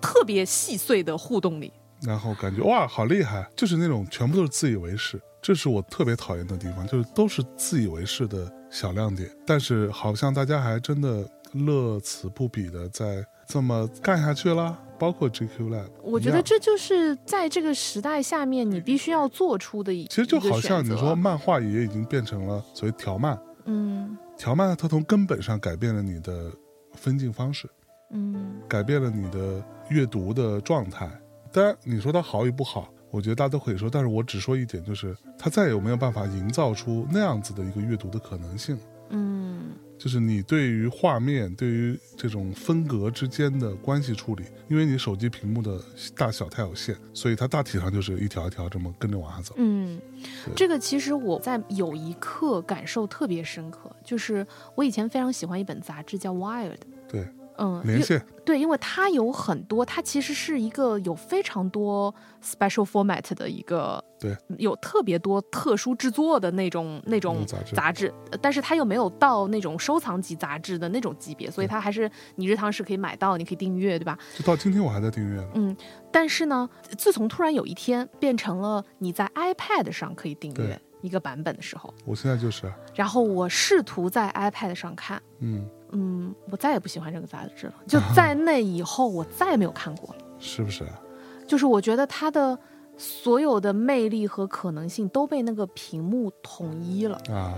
S1: 特别细碎的互动里。
S2: 然后感觉哇，好厉害，就是那种全部都是自以为是，这是我特别讨厌的地方，就是都是自以为是的小亮点，但是好像大家还真的乐此不彼的在这么干下去啦。包括 GQ Lab，
S1: 我
S2: 一
S1: 觉得
S2: 样
S1: 这就是在这个时代下面你必须要做出的一
S2: 其实就好像
S1: 一个选
S2: 你
S1: 择啊
S2: 说漫画也已经变成了所谓条漫，
S1: 嗯
S2: 条漫它从根本上改变了你的分镜方式，
S1: 嗯，
S2: 改变了你的阅读的状态。当然，你说它好与不好，我觉得大家都可以说，但是我只说一点，就是它再有没有办法营造出那样子的一个阅读的可能性，
S1: 嗯
S2: 就是你对于画面、对于这种分隔之间的关系处理，因为你手机屏幕的大小太有限，所以它大体上就是一条一条这么跟着往下走。
S1: 嗯
S2: 对，
S1: 这个其实我在有一刻感受特别深刻，就是我以前非常喜欢一本杂志叫《Wired》。
S2: 对，
S1: 嗯，
S2: 连线
S1: 对，因为它有很多，它其实是一个有非常多 special format 的一个，嗯
S2: 对，
S1: 有特别多特殊制作的那种那
S2: 那
S1: 种
S2: 种杂志
S1: 杂志，呃但是它又没有到那种收藏级杂志的那种级别，所以
S2: 对
S1: 它还是你日常是可以买到，你可以订阅，对吧？
S2: 就到今天我还在订阅呢。
S1: 嗯，但是呢，自从突然有一天变成了你在 iPad 上可以订阅
S2: 对
S1: 一个版本的时候，
S2: 我现在就是啊，
S1: 然后我试图在 iPad 上看，
S2: 嗯，
S1: 嗯，我再也不喜欢这个杂志了，
S2: (laughs)
S1: 就在那以后我再也没有看过了。
S2: 是不是啊？
S1: 就是我觉得它的所有的魅力和可能性都被那个屏幕统一了，
S2: 啊，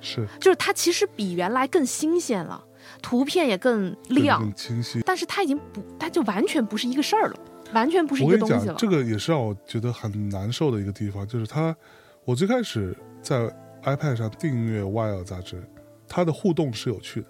S2: 是
S1: 就是它其实比原来更新鲜了，图片也更
S2: 对
S1: 亮
S2: 更，清晰。
S1: 但是它已经不，它就完全不是一个事儿了，完全不是一
S2: 我
S1: 个
S2: 跟你
S1: 东西
S2: 讲，
S1: 了。
S2: 这个也是让我觉得很难受的一个地方，就是它，我最开始在 iPad 上订阅《Wire》杂志，它的互动是有趣的，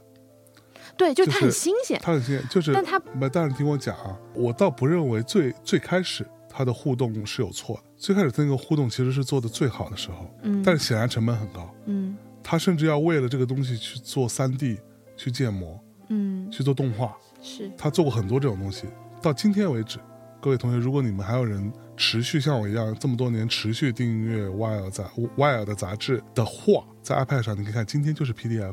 S1: 对，就是
S2: 就
S1: 它
S2: 是
S1: 很新鲜，
S2: 它很新鲜，就是
S1: 但它
S2: 不，但是听我讲啊，我倒不认为最最开始它的互动是有错的，最开始那个互动其实是做的最好的时候，
S1: 嗯
S2: 但是显然成本很高，
S1: 嗯
S2: 它甚至要为了这个东西去做 3D 去建模，
S1: 嗯
S2: 去做动画，
S1: 是
S2: 他做过很多这种东西。到今天为止，各位同学，如果你们还有人持续像我一样这么多年持续订阅《Wire》杂《Wire》的杂志的话，在 iPad 上你可以看，今天就是 PDF，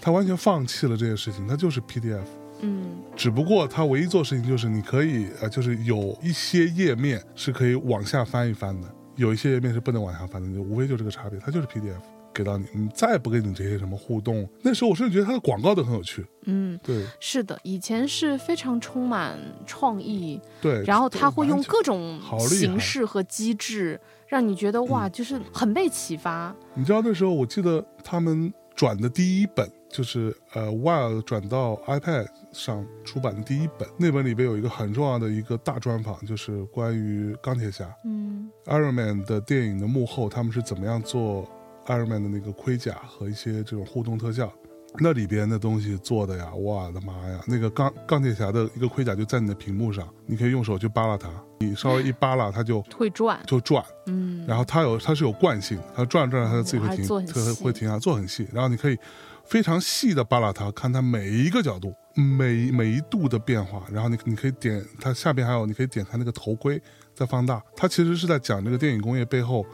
S2: 他完全放弃了这件事情，它就是 PDF。
S1: 嗯
S2: 只不过它唯一做的事情就是你可以呃，就是有一些页面是可以往下翻一翻的，有一些页面是不能往下翻的，就无非就这个差别，它就是 PDF 给到你，你再不给你这些什么互动，那时候我甚至觉得它的广告都很有趣，
S1: 嗯
S2: 对
S1: 是的，以前是非常充满创意，
S2: 对，
S1: 然后它会用
S2: 完全
S1: 各种
S2: 好厉害嗯
S1: 形式和机制让你觉得哇，就是很被启发。
S2: 你知道那时候，我记得他们转的第一本就是呃，Wire 转到 iPad 上出版的第一本，那本里边有一个很重要的一个大专访，就是关于钢铁侠
S1: 嗯
S2: Iron Man 的电影的幕后，他们是怎么样做 Iron Man 的那个盔甲和一些这种互动特效。那里边的东西做的呀，我的妈呀！那个钢钢铁侠的一个盔甲就在你的屏幕上，你可以用手去扒拉它，你稍微一扒拉它就
S1: 会转，
S2: 就转，
S1: 嗯，
S2: 然后它有它是有惯性的，它转着转着它就自己
S1: 哇
S2: 会
S1: 做很
S2: 停，它
S1: 细
S2: 会停下，啊做很细。然后你可以非常细的扒拉它，看它每一个角度，每每一度的变化。然后你你可以点它下边还有，你可以点它那个头盔再放大。它其实是在讲这个电影工业背后，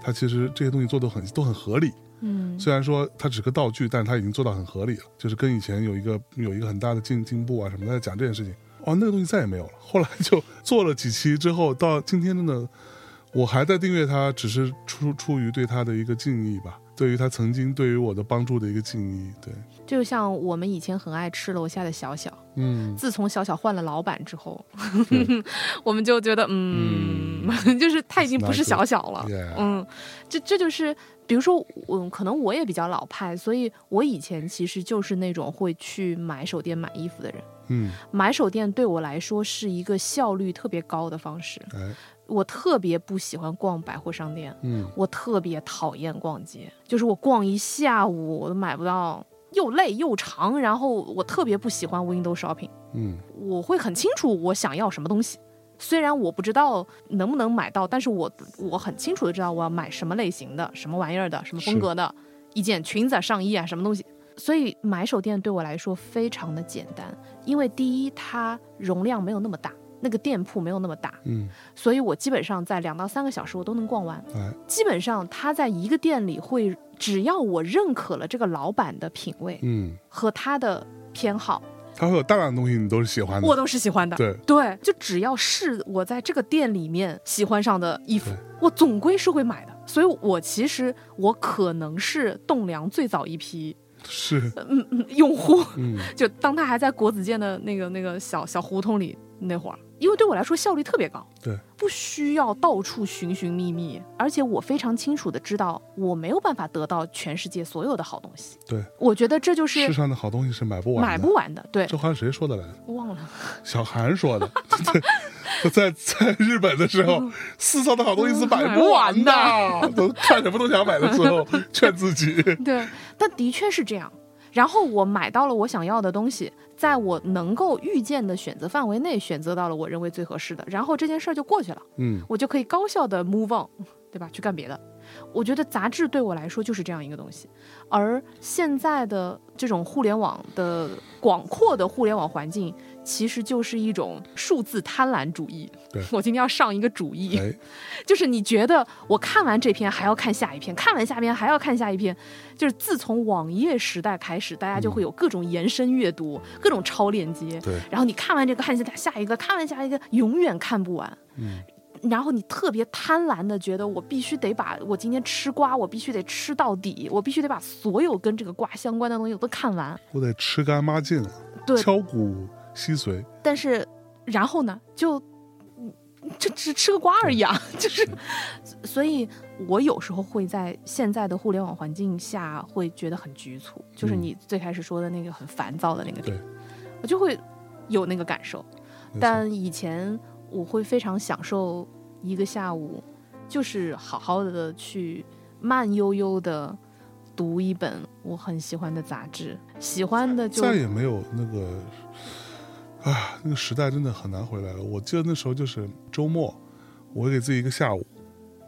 S2: 它其实这些东西做的很都很合理。
S1: 嗯
S2: 虽然说它只是个道具，但是它已经做到很合理了，就是跟以前有一个有一个很大的进进步啊什么的在讲这件事情。哦，那个东西再也没有了。后来就做了几期之后，到今天真的，我还在订阅它，只是出出于对它的一个敬意吧，对于它曾经对于我的帮助的一个敬意。对，
S1: 就像我们以前很爱吃楼下的小小，
S2: 嗯，
S1: 自从小小换了老板之后
S2: 对，
S1: 我们就觉得，嗯， (laughs) 就是他已经不是小小了
S2: Yeah
S1: 嗯，这这就是，比如说，嗯，可能我也比较老派，所以我以前其实就是那种会去买手店买衣服的人。
S2: 嗯，
S1: 买手店对我来说是一个效率特别高的方式，
S2: 哎，
S1: 我特别不喜欢逛百货商店。
S2: 嗯，
S1: 我特别讨厌逛街，就是我逛一下午我都买不到，又累又长，然后我特别不喜欢 window shopping，
S2: 嗯，
S1: 我会很清楚我想要什么东西。虽然我不知道能不能买到，但是我我很清楚的知道我要买什么类型的、什么玩意儿的、什么风格的一件裙子、啊、上衣啊，什么东西。所以买手店对我来说非常的简单，因为第一它容量没有那么大，那个店铺没有那么大，
S2: 嗯，
S1: 所以我基本上在两到三个小时我都能逛完。
S2: 哎，
S1: 基本上他在一个店里会，只要我认可了这个老板的品味
S2: 嗯，
S1: 和他的偏好，
S2: 它会有大量的东西你都是喜欢的
S1: 我，都是喜欢的。
S2: 嗯对，
S1: 对，就只要是我在这个店里面喜欢上的衣服
S2: 对，
S1: 我总归是会买的。所以，我其实我可能是栋梁最早一批
S2: 是，
S1: 嗯嗯用户，
S2: 嗯，
S1: 就当他还在国子监的那个那个小小胡同里那会儿，因为对我来说效率特别高，
S2: 对，
S1: 不需要到处寻寻觅觅，而且我非常清楚的知道我没有办法得到全世界所有的好东西，
S2: 对，
S1: 我觉得这就
S2: 世
S1: 是
S2: 上的好东西是买不完的，
S1: 买不完的，对
S2: 这，话是谁说的来着？
S1: 忘了，
S2: 小韩说的， (laughs) 对，我在在日本的时候，世上的好东西是买嗯不完的，都看什么都想买的时候，劝自己，
S1: 对，
S2: (laughs)
S1: 但的确是这样。然后我买到了我想要的东西，在我能够预见的选择范围内选择到了我认为最合适的，然后这件事儿就过去了。
S2: 嗯
S1: 我就可以高效的 move on，对吧？去干别的。我觉得杂志对我来说就是这样一个东西，而现在的这种互联网的广阔的互联网环境，其实就是一种数字贪婪主义
S2: 对。
S1: (laughs) 我今天要上一个主义，
S2: 哎，
S1: 就是你觉得我看完这篇还要看下一篇，看完下篇还要看下一篇，就是自从网页时代开始，大家就会有各种延伸阅读，各种超链接。
S2: 对，
S1: 然后你看完这个看下下一个，看完下一个，永远看不完。
S2: 嗯，
S1: 然后你特别贪婪的觉得我必须得把我今天吃瓜，我必须得吃到底，我必须得把所有跟这个瓜相关的东西我都看完。
S2: 我得吃干抹净了，
S1: 对，
S2: 敲骨吸髓，
S1: 但是然后呢，就嗯就只吃个瓜而已啊， (laughs) 就是，所以我有时候会在现在的互联网环境下会觉得很局促，就是
S2: 嗯
S1: 你最开始说的那个很烦躁的那个点，
S2: 对
S1: 我就会有那个感受。
S2: 没错
S1: 但以前我会非常享受一个下午，就是好好的去慢悠悠的读一本我很喜欢的杂志，喜欢的就
S2: 再也没有那个，啊，那个时代真的很难回来了。我记得那时候就是周末，我会给自己一个下午，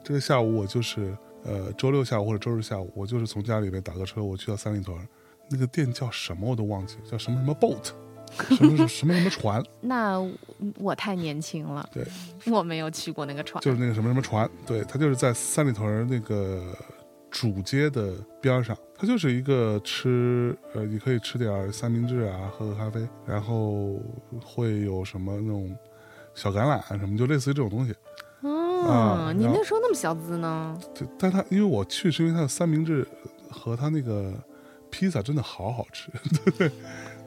S2: 这个下午我就是呃周六下午或者周日下午，我就是从家里面打个车，我去到三里屯儿，那个店叫什么我都忘记，了，叫什么什么 boat，什么什么什么什么船，
S1: 那我我太年轻了，
S2: 对，
S1: (laughs) 我没有去过那个船，
S2: 就是那个什么什么船，对，它就是在三里屯儿那个主街的边儿上，它就是一个吃，呃，你可以吃点儿三明治啊，喝个咖啡，然后会有什么那种小橄榄啊什么，就类似于这种东西。
S1: 嗯，
S2: 啊
S1: 你
S2: 然后
S1: 那时候那么小资呢？
S2: 就但它因为我去是因为它的三明治和它那个披萨真的好好吃， (laughs) 对，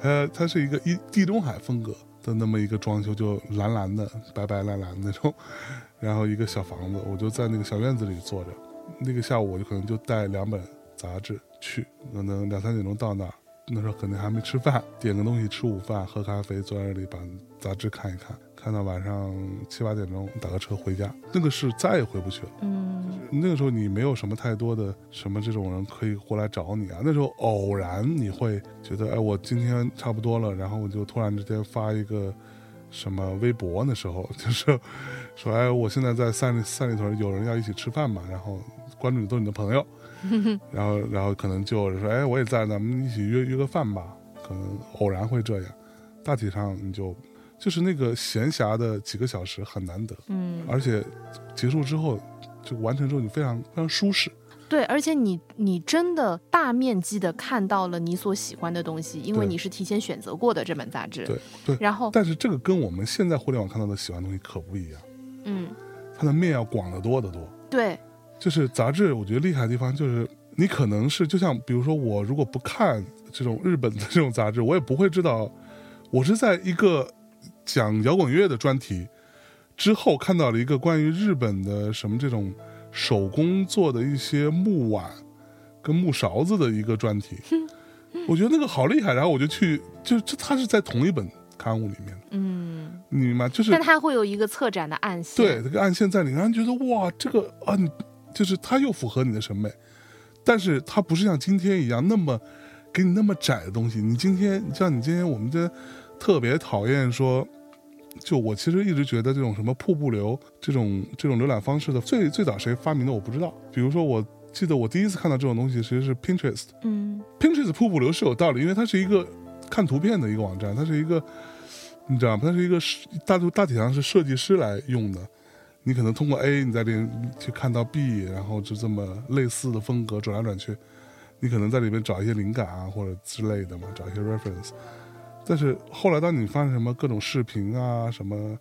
S2: 呃，它是一个一地中海风格的那么一个装修，就蓝蓝的、白白蓝蓝的那种， (laughs) 然后一个小房子，我就在那个小院子里坐着，那个下午我就可能就带两本杂志去，可能两三点钟到那儿。那时候可能还没吃饭，点个东西吃午饭，喝咖啡，坐在那里把杂志看一看，看到晚上七八点钟打个车回家，那个是再也回不去了。
S1: 嗯，
S2: 那个时候你没有什么太多的什么这种人可以过来找你啊。那时候偶然你会觉得，哎，我今天差不多了，然后我就突然之间发一个什么微博，那时候就是说，哎，我现在在三里三里屯，有人要一起吃饭嘛，然后关注你都是你的朋友，然后然后可能就有人说，哎，我也在，咱们一起约约个饭吧。可能偶然会这样，大体上你就就是那个闲暇的几个小时很难得。
S1: 嗯，
S2: 而且结束之后，就完成之后你非常非常舒适。
S1: 对，而且你你真的大面积的看到了你所喜欢的东西，因为
S2: 对
S1: 你是提前选择过的这本杂志。
S2: 对对
S1: 然后，
S2: 但是这个跟我们现在互联网看到的喜欢的东西可不一样，
S1: 嗯，
S2: 它的面要广得多得多。
S1: 对，
S2: 就是杂志，我觉得厉害的地方就是，你可能是就像比如说我如果不看这种日本的这种杂志，我也不会知道，我是在一个讲摇滚乐的专题之后看到了一个关于日本的什么这种手工做的一些木碗跟木勺子的一个专题，我觉得那个好厉害，然后我就去就就它是在同一本刊物里面，
S1: 嗯，
S2: 你明白？就是
S1: 但它会有一个策展的暗线。
S2: 对，这个暗线在里面，让人觉得哇，这个啊，你就是它又符合你的审美，但是它不是像今天一样那么给你那么窄的东西。你今天像你今天，我们这特别讨厌说，就我其实一直觉得这种什么瀑布流这种这种浏览方式的最最早谁发明的我不知道。比如说，我记得我第一次看到这种东西，其实是 Pinterest。
S1: 嗯
S2: Pinterest 瀑布流是有道理，因为它是一个看图片的一个网站，它是一个，你知道吗？它是一个是大大体上是设计师来用的。你可能通过 A，你在里面去看到 B，然后就这么类似的风格转来转去，你可能在里面找一些灵感啊或者之类的嘛，找一些 reference。但是后来当你发现什么各种视频啊什么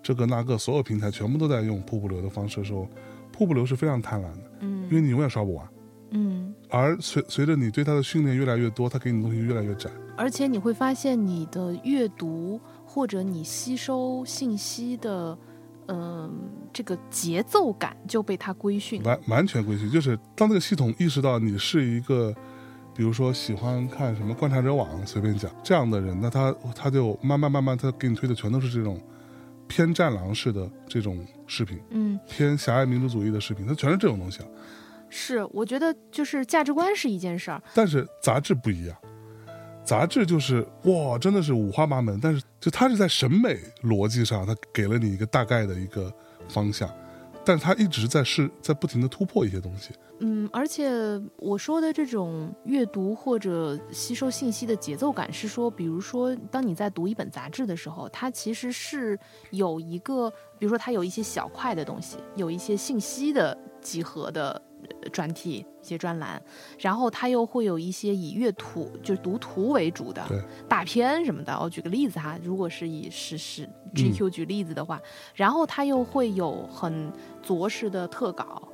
S2: 这个那个，所有平台全部都在用瀑布流的方式的时候，瀑布流是非常贪婪的，因为
S1: 嗯
S2: 你永远刷不完。
S1: 嗯，
S2: 而随随着你对它的训练越来越多，它给你的东西越来越窄。
S1: 而且你会发现你的阅读或者你吸收信息的，嗯、这个节奏感就被它规训。
S2: 完完全规矩，就是当这个系统意识到你是一个，比如说喜欢看什么观察者网，随便讲这样的人，那他他就慢慢慢慢，他给你推的全都是这种偏战狼式的这种视频，
S1: 嗯，
S2: 偏狭隘民族主义的视频，它全是这种东西啊。
S1: 是，我觉得就是价值观是一件事儿。
S2: 但是杂志不一样，杂志就是哇，真的是五花八门，但是就它是在审美逻辑上，它给了你一个大概的一个方向，但是它一直在是在不停的突破一些东西。
S1: 嗯，而且我说的这种阅读或者吸收信息的节奏感，是说，比如说，当你在读一本杂志的时候，它其实是有一个，比如说，它有一些小块的东西，有一些信息的集合的呃专题、一些专栏，然后它又会有一些以阅图，就是读图为主的
S2: 对
S1: 大片什么的。我举个例子哈，如果是以时事 GQ 举例子的话，然后它又会有很着实的特稿。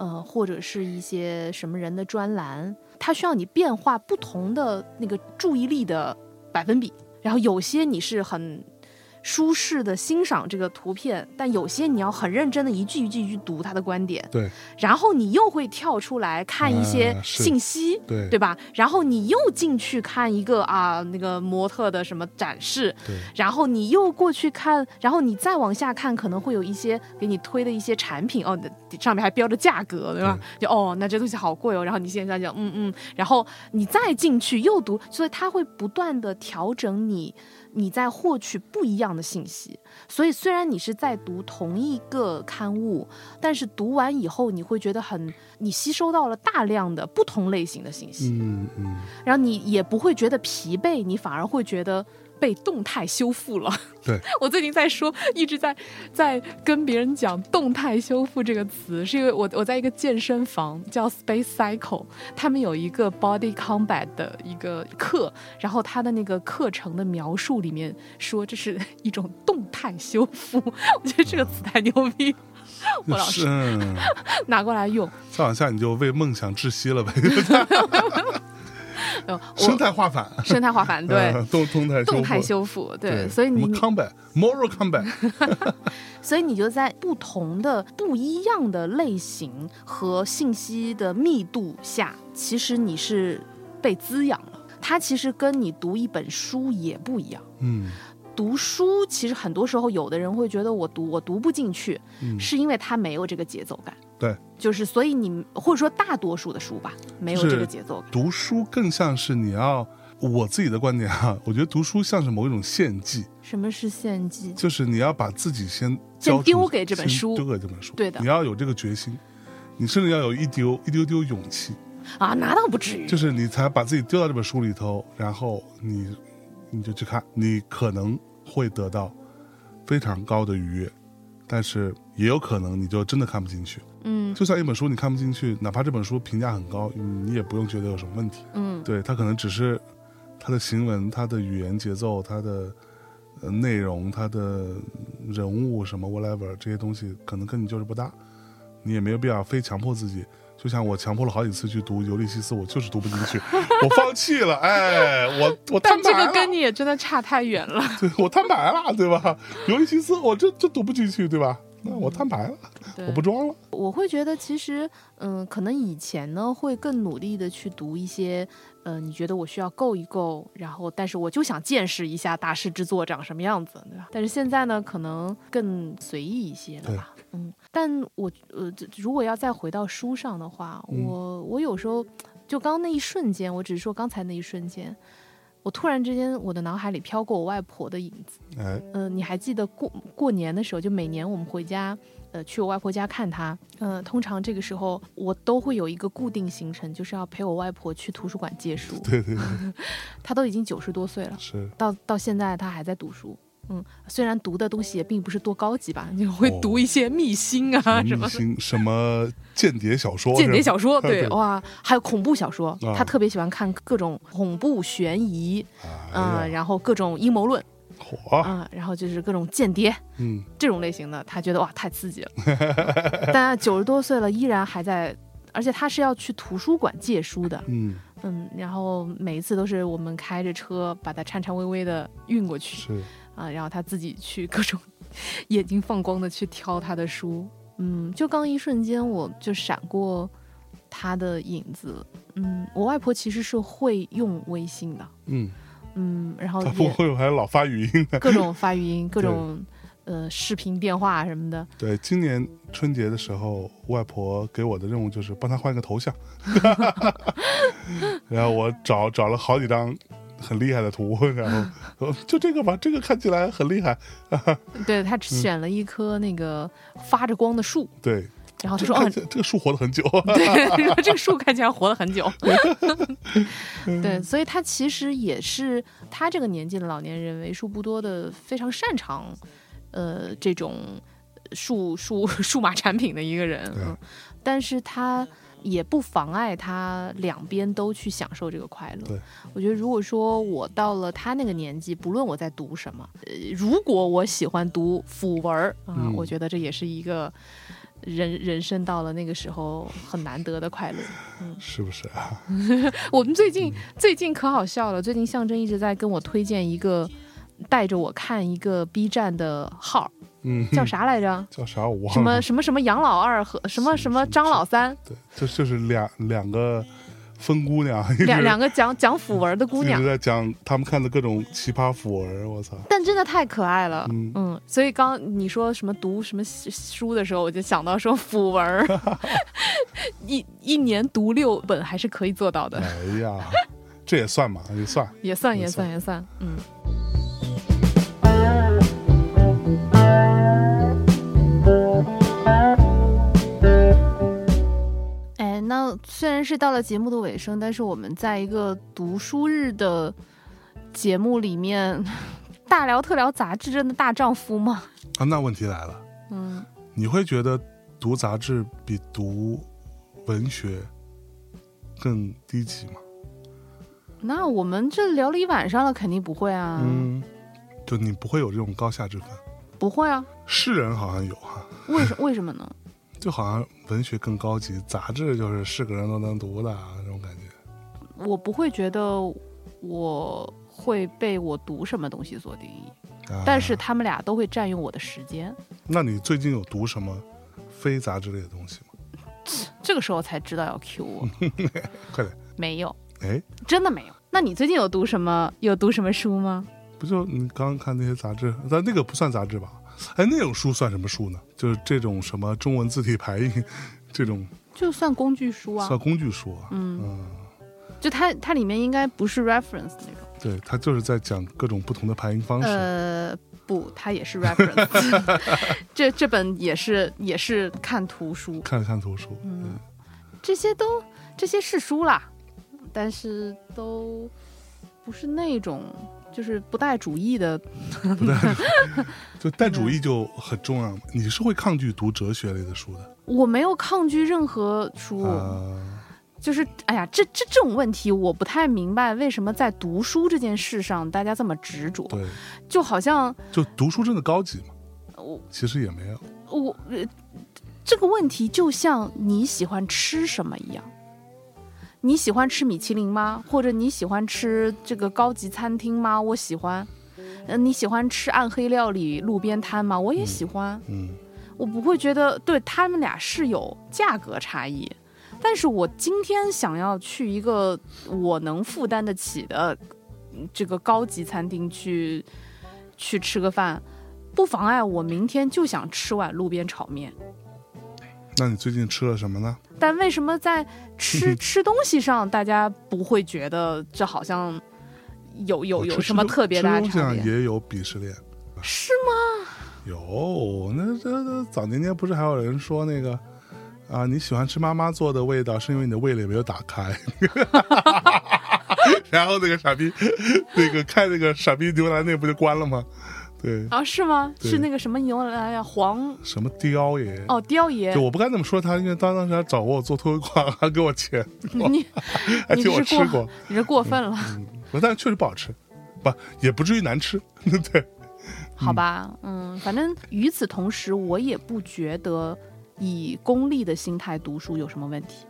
S1: 呃，或者是一些什么人的专栏，它需要你变化不同的那个注意力的百分比。然后有些你是很舒适的欣赏这个图片，但有些你要很认真的一句一句一句读他的观点，
S2: 对
S1: 然后你又会跳出来看一些
S2: 啊是
S1: 信息，
S2: 对
S1: 对吧？然后你又进去看一个啊那个模特的什么展示，
S2: 对
S1: 然后你又过去看，然后你再往下看，可能会有一些给你推的一些产品哦，上面还标着价格，对吧？就哦，那这东西好贵哦。然后你现在就嗯嗯，然后你再进去又读，所以它会不断的调整你，你在获取不一样的信息。所以虽然你是在读同一个刊物，但是读完以后你会觉得很，你吸收到了大量的不同类型的信息。
S2: 嗯嗯，
S1: 然后你也不会觉得疲惫，你反而会觉得被动态修复了。
S2: 对
S1: (laughs) 我最近在说，一直在在跟别人讲“动态修复”这个词，是因为我我在一个健身房叫 Space Cycle，他们有一个 Body Combat 的一个课，然后他的那个课程的描述里面说这是一种动态修复，我觉得这个词太牛逼，我老
S2: 是
S1: 是
S2: 嗯，
S1: 拿过来用。
S2: 再往下你就为梦想窒息了呗，
S1: 呃
S2: (laughs)
S1: (laughs)
S2: 生
S1: 我
S2: 态化反，
S1: 生态化反
S2: (laughs)
S1: 对。
S2: 嗯动动态
S1: 动态
S2: 复。
S1: 修复，对，
S2: 对，
S1: 所以你
S2: 我们 combat moral combat，
S1: 所以你就在不同的、不一样的类型和信息的密度下，其实你是被滋养了。它其实跟你读一本书也不一样。
S2: 嗯
S1: 读书其实很多时候，有的人会觉得我读我读不进去，
S2: 嗯，
S1: 是因为它没有这个节奏感。
S2: 对，
S1: 就是所以你或者说大多数的书吧，没有
S2: 是
S1: 这个节奏感。
S2: 读书更像是你要，我自己的观点啊， (laughs) 我觉得读书像是某一种献祭，
S1: 什么是献祭？
S2: 就是你要把自己先交
S1: 先
S2: 出
S1: 丢给这本书
S2: 先丢给这本书，
S1: 对的
S2: 你要有这个决心，你甚至要有一丢一丢丢勇气，
S1: 啊，那倒不至于。
S2: 就是你才把自己丢到这本书里头，然后你你就去看，你可能会得到非常高的愉悦，但是也有可能你就真的看不进去。
S1: 嗯
S2: 就像一本书你看不进去，哪怕这本书评价很高，你也不用觉得有什么问题。
S1: 嗯
S2: 对它可能只是它的行文、它的语言节奏、它的呃内容、它的人物什么 whatever 这些东西，可能跟你就是不搭，你也没有必要非强迫自己。就像我强迫了好几次去读《尤利西斯》，我就是读不进
S1: (laughs)
S2: 去，我放弃了。哎，我我摊
S1: 但这
S2: 牌了，
S1: 个跟你也真的差太远了。
S2: 对我摊牌了，对吧？
S1: (laughs)
S2: 《尤利西斯》我这这读不进去，对吧？那我摊牌了，
S1: 对
S2: 我不装了。
S1: 我会觉得，其实，嗯、可能以前呢会更努力的去读一些，呃，你觉得我需要够一够，然后，但是我就想见识一下大师之作长什么样子，对吧？但是现在呢，可能更随意一些了吧。嗯，但我呃，这如果要再回到书上的话，
S2: 嗯
S1: 我我有时候就刚刚那一瞬间，我只是说刚才那一瞬间，我突然之间我的脑海里飘过我外婆的影子。
S2: 哎，
S1: 嗯、你还记得过过年的时候，就每年我们回家，呃，去我外婆家看她。嗯、通常这个时候我都会有一个固定行程，就是要陪我外婆去图书馆借书。
S2: 对对对，
S1: 她都已经九十多岁了，
S2: 是
S1: 到到现在她还在读书。嗯，虽然读的东西也并不是多高级吧，就
S2: 哦
S1: 会读一些秘辛啊、什么
S2: 明星什么间谍小嗯说，
S1: 间谍
S2: 是吧
S1: 小说，
S2: 对
S1: 对，哇，还有恐怖小说，
S2: 啊
S1: 她特别喜欢看各种恐怖悬疑，啊、
S2: 哎呀
S1: 然后各种阴谋论，
S2: 火，
S1: 啊、然后就是各种间谍，
S2: 嗯，
S1: 这种类型的，他觉得哇太刺激了。 (laughs) 但九十多岁了，依然还在，而且他是要去图书馆借书的，
S2: 嗯，
S1: 嗯，然后每一次都是我们开着车把他颤颤巍巍的运过去 (laughs)
S2: 是
S1: 啊、然后他自己去各种 (laughs) 眼睛放光的去挑他的书，嗯，就刚一瞬间我就闪过他的影子，嗯，我外婆其实是会用微信的，
S2: 嗯，
S1: 嗯，然后
S2: 他不
S1: 也
S2: 会还老发语音的。
S1: 各种发语 (laughs) 音，各种呃视频电话什么的。
S2: 对，今年春节的时候，外婆给我的任务就是帮她换个头像， (laughs) 然后我找找了好几张很厉害的图，然后呃就这个吧，这个看起来很厉害。
S1: 对
S2: 嗯
S1: 他只选了一棵那个发着光的树，
S2: 对，
S1: 然后他
S2: 这
S1: 说：“哦
S2: 看，起来这个树活得很久。啊
S1: (laughs) 对，说这个树看起来活了很
S2: (laughs)
S1: 久。”对，所以他其实也是他这个年纪的老年人为数不多的非常擅长，呃，这种数数数码产品的一个人。
S2: 对
S1: 嗯，但是他也不妨碍他两边都去享受这个快乐。
S2: 对，
S1: 我觉得如果说我到了他那个年纪，不论我在读什么，呃，如果我喜欢读腐文儿啊、
S2: 嗯
S1: 我觉得这也是一个。人人生到了那个时候很难得的 (laughs) 快乐。
S2: 是不是啊？
S1: 我们最近最近可好笑了，最近象征一直在跟我推荐一个，带着我看一个 B 站的号，
S2: 嗯，
S1: 叫啥来着？
S2: 叫啥？我
S1: 什
S2: 忘
S1: 么
S2: 了。
S1: 什么什么杨老二和什么什么张老三，
S2: 对，就就是两两个疯姑娘，一直
S1: 两两个讲讲腐文的姑
S2: 一
S1: 娘
S2: 直，在讲他们看的各种奇葩腐儿，我操！
S1: 但真的太可爱了。
S2: 嗯
S1: 嗯，所以刚你说什么读什么书的时候，我就想到说腐文儿， (laughs) 一一年读六本还是可以做到的。
S2: 哎呀，这也算嘛，也算。
S1: 也算
S2: 也
S1: 也
S2: 算
S1: 算也算，嗯。哎，那虽然是到了节目的尾声，但是我们在一个读书日的节目里面大聊特聊杂志，真的大丈夫吗？
S2: 啊，那问题来了，
S1: 嗯，
S2: 你会觉得读杂志比读文学更低级吗？
S1: 那我们这聊了一晚上了，肯定不会啊，
S2: 嗯，就你不会有这种高下之分。
S1: 不会啊，
S2: 诗人好像有哈、
S1: 为什为什么呢？
S2: 就好像文学更高级，杂志就是是个人都能读的啊这种感觉。
S1: 我不会觉得我会被我读什么东西所定义，
S2: 啊
S1: 但是，他们俩都会占用我的时间。
S2: 那你最近有读什么非杂志类的东西吗？
S1: 这个时候才知道要 Q 我，
S2: (laughs) 快点，
S1: 没有，
S2: 哎，
S1: 真的没有。那你最近有读什么有读什么书吗？
S2: 不就你刚刚看那些杂志，但那个不算杂志吧？哎，那种书算什么书呢？就是这种什么中文字体排印，这种
S1: 就算工具书啊
S2: 算，工具书啊。
S1: 嗯，
S2: 嗯，
S1: 就它它里面应该不是 reference 那种，
S2: 对，它就是在讲各种不同的排印方式。
S1: 呃，不，它也是 reference。这
S2: (laughs)
S1: 这本也是也是看图书，
S2: 看了看图书，
S1: 嗯，这些都这些是书啦，但是都不是那种就是不带主义的，
S2: 不带就带主义就很重
S1: 嗯
S2: 要。你是会抗拒读哲学类的书的
S1: 我没有抗拒任何书，
S2: 啊？
S1: 就是哎呀，这这这种问题我不太明白，为什么在读书这件事上大家这么执着？
S2: 对，
S1: 就好像
S2: 就读书真的高级吗？
S1: 我
S2: 其实也没有。
S1: 我、呃、这个问题就像你喜欢吃什么一样，你喜欢吃米其林吗？或者你喜欢吃这个高级餐厅吗？我喜欢。呃，你喜欢吃暗黑料理、路边摊吗？我也喜欢。
S2: 嗯，
S1: 我不会觉得对他们俩是有价格差异，但是我今天想要去一个我能负担得起的嗯这个高级餐厅去去吃个饭，不妨碍我明天就想吃碗路边炒面。
S2: 那你最近吃了什么呢？
S1: 但为什么在
S2: (laughs)
S1: 吃吃东西上，大家不会觉得这好像有哦有有什么特别大
S2: 的？
S1: 的
S2: 哦吃东
S1: 差
S2: 西上啊
S1: 别？
S2: 也有鄙视链。
S1: 是
S2: 有，那这这早年间不是还有人说那个啊，你喜欢吃妈妈做的味道，是因为你的味蕾没有打开。 (laughs) 然后那个傻逼，那个开那个傻逼牛腩那不就关了吗？对，
S1: 啊，是吗？
S2: 对
S1: 是那个什么牛腩呀，黄
S2: 什么雕爷。
S1: 哦雕爷
S2: 就，我不该这么说他，因为当当时还找过我做脱口广，还给我钱，
S1: 你
S2: 还
S1: 你
S2: 请我
S1: 是
S2: 吃
S1: 过
S2: 过，
S1: 你这过分了。
S2: 但是确实不好吃，不也不至于难吃，对，
S1: 好吧，嗯，反正与此同时，我也不觉得以功利的心态读书有什么问题。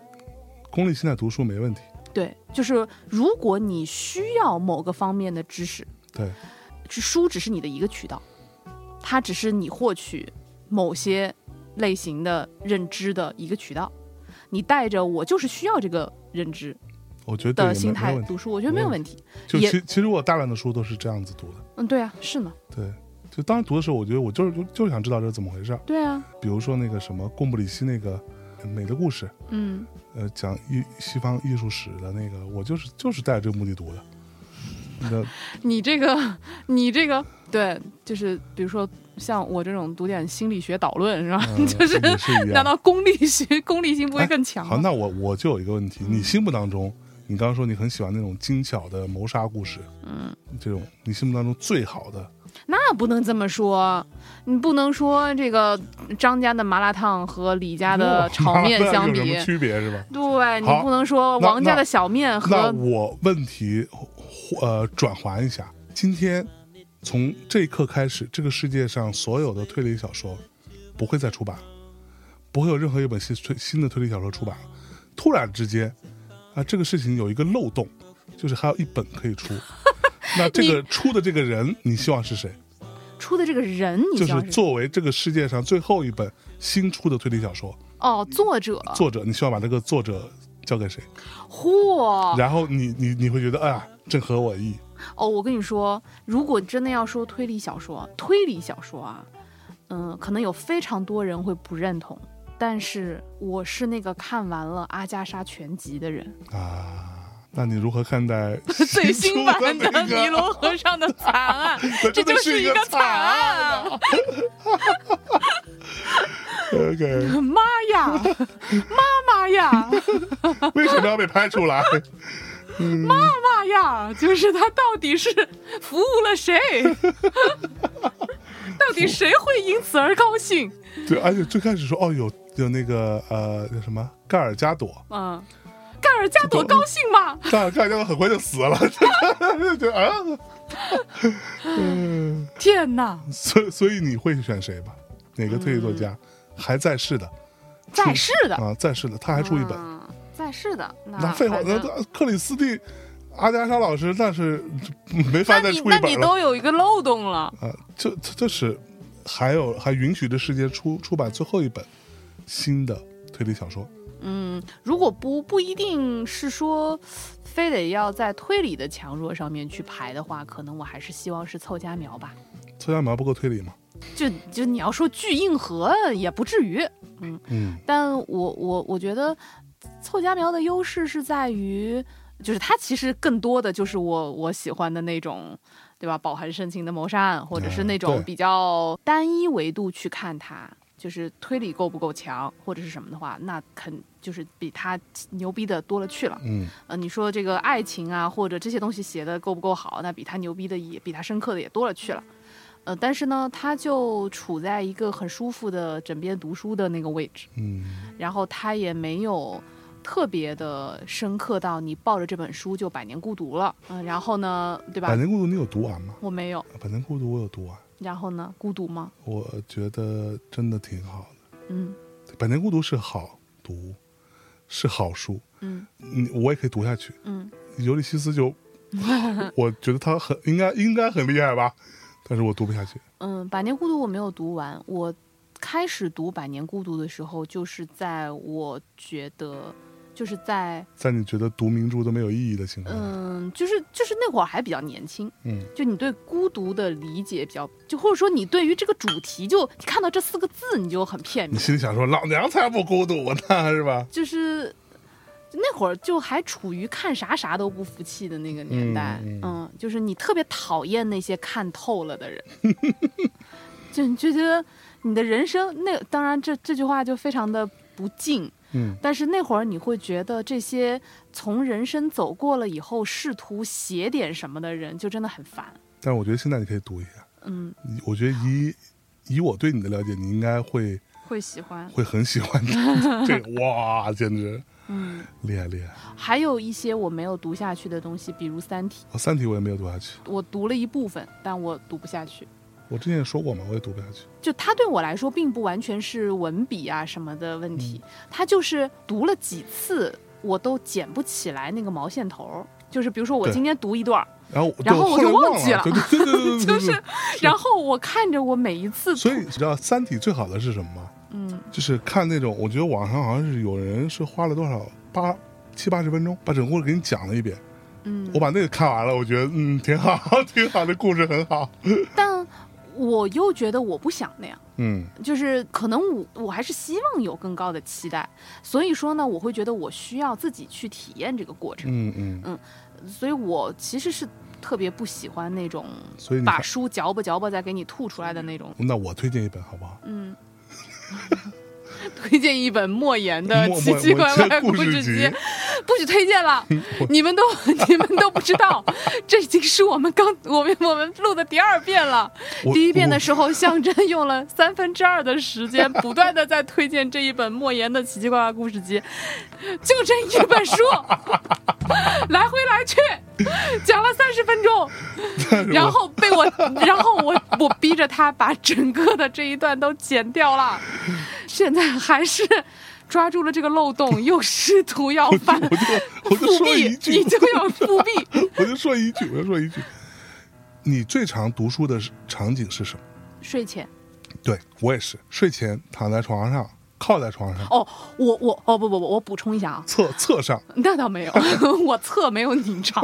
S2: 功利心态读书没问题，
S1: 对，就是如果你需要某个方面的知识，
S2: 对，
S1: 只书只是你的一个渠道，它只是你获取某些类型的认知的一个渠道。你带着我就是需要这个认知
S2: 我觉得
S1: 的
S2: 也
S1: 心
S2: 没没
S1: 态
S2: 问题。
S1: 读书，我觉得没有问题。
S2: 就
S1: 也
S2: 其其实我大量的书都是这样子读的，
S1: 嗯，对啊，是呢，
S2: 对，就当时读的时候，我觉得我就是就就是想知道这是怎么回事儿。
S1: 对啊，
S2: 比如说那个什么贡布里希那个呃《美的故事》，
S1: 嗯，
S2: 呃，讲艺西方艺术史的那个，我就是就是带着这个目的读的。
S1: (laughs)
S2: 那呃
S1: 你这个， (laughs) 你这个，对，就是比如说像我这种读点心理学导论是吧？
S2: 呃
S1: (laughs) 就是
S2: 也是一
S1: 难
S2: 样。
S1: 道功利学功利性不会更强
S2: 哎好，
S1: 吗？
S2: 那我我就有一个问题，
S1: 嗯
S2: 你心目当中，你刚刚说你很喜欢那种精巧的谋杀故事，
S1: 嗯，
S2: 这种你心目当中最好的，
S1: 那不能这么说，你不能说这个张家的麻辣烫和李家的炒
S2: (laughs)
S1: 面
S2: 麻辣
S1: 相
S2: 烫有什
S1: 比
S2: 么，区别是吧？
S1: 对你
S2: 好
S1: 不能说
S2: 那
S1: 王家
S2: 那
S1: 啊的小面和
S2: 那我问题呃转换一下，今天从这一刻开始，这个世界上所有的推理小说不会再出版了，不会有任何一本新推新的推理小说出版了。突然之间，啊、这个事情有一个漏洞，就是还有一本可以
S1: (laughs)
S2: 出。那这个出的这个人，你希望是谁？
S1: 出的这个人，你
S2: 就
S1: 像
S2: 是
S1: 是
S2: 作为这个世界上最后一本新出的推理小说，
S1: 哦，作者，
S2: 作者，你希望把这个作者交给谁？
S1: 嚯
S2: 然后你你你会觉得，哎呀，正合我意。
S1: 哦，我跟你说，如果真的要说推理小说，推理小说啊，嗯、可能有非常多人会不认同，但是我是那个看完了阿加莎全集的人。
S2: (laughs) 啊，那你如何看待
S1: (laughs) 最新版
S2: 出
S1: 的
S2: 那
S1: 《尼
S2: 个？，
S1: 罗河上的惨案》
S2: (laughs) 那
S1: 这
S2: 真的
S1: 就是是
S2: 一
S1: 一
S2: 个
S1: 个
S2: 惨
S1: 惨
S2: 案啊
S1: 案。(laughs)
S2: OK，
S1: 妈呀，妈妈呀，
S2: 为什么要被拍出来？
S1: 妈呀！就是他到底是服务了谁？ (laughs) 到底谁会因此而高兴？
S2: 对，而且最开始说哦，有有那个呃，叫什么盖尔加朵，
S1: 嗯，盖尔加朵高兴吗？
S2: 盖尔盖尔加朵很快就死了， (laughs) 就啊，
S1: 天哪，
S2: 所以所以你会选谁吧？哪个推理作家还在世的
S1: 在世嗯的，
S2: 啊？在世的，他还出一本。
S1: 嗯，在世的，
S2: 那废话，
S1: 反
S2: 那
S1: 正
S2: 那克里斯蒂、阿加莎老师，那是没法
S1: 那
S2: 再
S1: 你
S2: 出
S1: 那
S2: 一
S1: 你
S2: 本了
S1: 都有一个漏洞了。
S2: 啊！这这这是还有还允许这世界出出版最后一本新的推理小说。
S1: 嗯，如果不不一定是说，非得要在推理的强弱上面去排的话，可能我还是希望是凑佳苗吧。
S2: 凑家苗不够推理吗？
S1: 就就你要说巨硬核也不至于，
S2: 嗯，
S1: 但我我我觉得凑佳苗的优势是在于，就是它其实更多的就是我我喜欢的那种，对吧？饱含深情的谋杀案，或者是
S2: 嗯
S1: 那种
S2: 对
S1: 比较单一维度去看它。就是推理够不够强或者是什么的话，那肯就是比他牛逼的多了去了。
S2: 嗯，
S1: 呃，你说这个爱情啊，或者这些东西写的够不够好，那比他牛逼的也比他深刻的也多了去了。呃，但是呢，他就处在一个很舒服的枕边读书的那个位置，
S2: 嗯，
S1: 然后他也没有特别的深刻到你抱着这本书就百年孤独了，嗯、然后呢，对
S2: 《百
S1: 吧？
S2: 年孤独》你有读完吗？
S1: 我没有，
S2: 《百年孤独》我有读完，
S1: 然后呢，孤独吗？
S2: 我觉得真的挺好
S1: 嗯
S2: 的，《百年孤独》是好读，是好书，
S1: 嗯
S2: 嗯，我也可以读下去。
S1: 嗯，
S2: 尤利西斯 (laughs) 就，我觉得他很应该应该很厉害吧，但是我读不下去。
S1: 嗯，《百年孤独》我没有读完。我开始读《百年孤独》的时候，就是在我觉得，就是在
S2: 在你觉得读名著都没有意义的情况下，
S1: 嗯，就是就是那会儿还比较年轻，
S2: 嗯
S1: 就你对孤独的理解比较，就或者说你对于这个主题就，你看到这四个字你就很片
S2: 你
S1: 面，
S2: 心里想说老娘才不孤独呢，是吧？
S1: 就是。那会儿就还处于看啥啥都不服气的那个年代，
S2: 嗯
S1: 嗯
S2: 嗯
S1: 就是你特别讨厌那些看透了的人， (laughs) 就你就觉得你的人生那当然这这句话就非常的不敬，
S2: 嗯
S1: 但是那会儿你会觉得这些从人生走过了以后，试图写点什么的人，就真的很烦。
S2: 但是我觉得现在你可以读一下，
S1: 嗯，
S2: 你我觉得以以我对你的了解，你应该会
S1: 会喜欢。
S2: 会很喜欢
S1: (laughs)
S2: 这个，哇，简直
S1: 嗯，
S2: 厉害厉害！
S1: 还有一些我没有读下去的东西，比如《三体
S2: 我哦《三体》我也没有读下去，》，
S1: 我读了一部分，但我读不下去。
S2: 我之前也说过嘛，我也读不下去。
S1: 就它对我来说，并不完全是文笔啊什么的问题，
S2: 嗯
S1: 它就是读了几次，我都剪不起来那个毛线头儿。就是比如说，我
S2: 对
S1: 今天读一段儿，
S2: 然后
S1: 然后我
S2: 对
S1: 就
S2: 后来
S1: 忘记
S2: 了，
S1: 了
S2: 对对对对对对
S1: (laughs) 就
S2: 对，
S1: 是然后我看着我每一次，
S2: 所以你知道《三体》最好的是什么吗？
S1: 嗯，
S2: 就是看那种，我觉得网上好像是有人是花了多少八七八十分钟把整个故事给你讲了一遍。
S1: 嗯
S2: 我把那个看完了，我觉得嗯挺好， (laughs) 挺好，这故事很好。
S1: 但我又觉得我不想那样，
S2: 嗯
S1: 就是可能我我还是希望有更高的期待，所以说呢，我会觉得我需要自己去体验这个过程，
S2: 嗯嗯，
S1: 所以我其实是特别不喜欢那种
S2: 所以你
S1: 把
S2: 看，
S1: 书嚼吧嚼吧再给你吐出来的那种，
S2: 那我推荐一本好不好？
S1: 嗯。推荐一本莫言的《
S2: 莫
S1: 奇奇怪怪
S2: 故
S1: 事
S2: 集
S1: 集》，不许推荐
S2: (laughs)
S1: 了，你们都 (laughs) 你们都不知道， (laughs) 这已经是我们刚 (laughs) 我们我们录的第二遍了。
S2: 我
S1: 第一遍的
S2: (laughs) 我
S1: 时候，象征用了三分之二的时
S2: (laughs)
S1: 间，不断的在推荐这一本莫言的奇奇怪怪故事集，就这一本
S2: (laughs)
S1: 书，来回来去讲了三十分钟， (laughs) 然后被我，然后我我逼着他把整个的这一段都剪掉了，现在还是抓住了这个漏洞，又试图要反
S2: 我就我就
S1: 复
S2: 说
S1: 辟
S2: 一，
S1: 你
S2: 句，
S1: 就要复辟
S2: (laughs) 我就说一句，我就说一句。你最常读书的场景是什么？
S1: 睡前。
S2: 对我也是，睡前躺在床上，靠在床上，
S1: 哦，我我哦不不不，我补充一下啊，
S2: 侧侧上，
S1: 那倒没有， (laughs) 我测没有你长，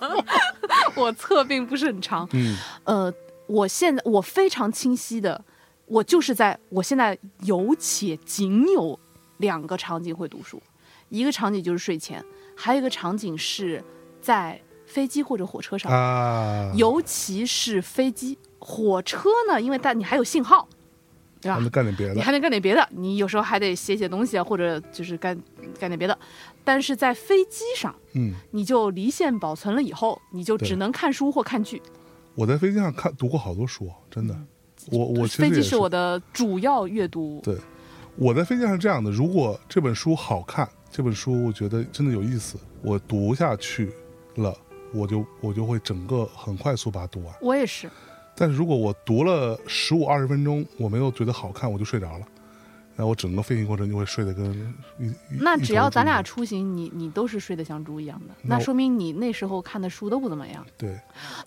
S1: (laughs) 我测并不是很长。
S2: 嗯
S1: 呃，我现在我非常清晰的，我就是在我现在有且仅有两个场景会读书，一个场景就是睡前，还有一个场景是在飞机或者火车上，
S2: 啊，
S1: 尤其是飞机、火车呢，因为但你还有信号，对吧
S2: 还？能干点别的
S1: 你。还能干点别的，你有时候还得写写东西啊，或者就是干干点别的。但是在飞机上，
S2: 嗯，
S1: 你就离线保存了以后，你就
S2: 对
S1: 只能看书或看剧。
S2: 我在飞机上看读过好多书，真的。我我其
S1: 嗯
S2: 实
S1: 飞
S2: 也
S1: 机
S2: 是
S1: 是我的主要阅读。
S2: 对，我在飞机上是这样的：如果这本书好看，这本书我觉得真的有意思，我读下去了，我就我就会整个很快速把它读完。
S1: 我也是，
S2: 但是如果我读了十五二十分钟，我没有觉得好看，我就睡着了，然后我整个飞行过程就会睡得跟一一
S1: 那
S2: 一
S1: 只
S2: 头
S1: 要
S2: 猪
S1: 咱
S2: 一
S1: 俩
S2: 样
S1: 出行，你你都是睡得像猪一样的，
S2: 那
S1: 那
S2: 我
S1: 说明你那时候看的书都不怎么样。
S2: 对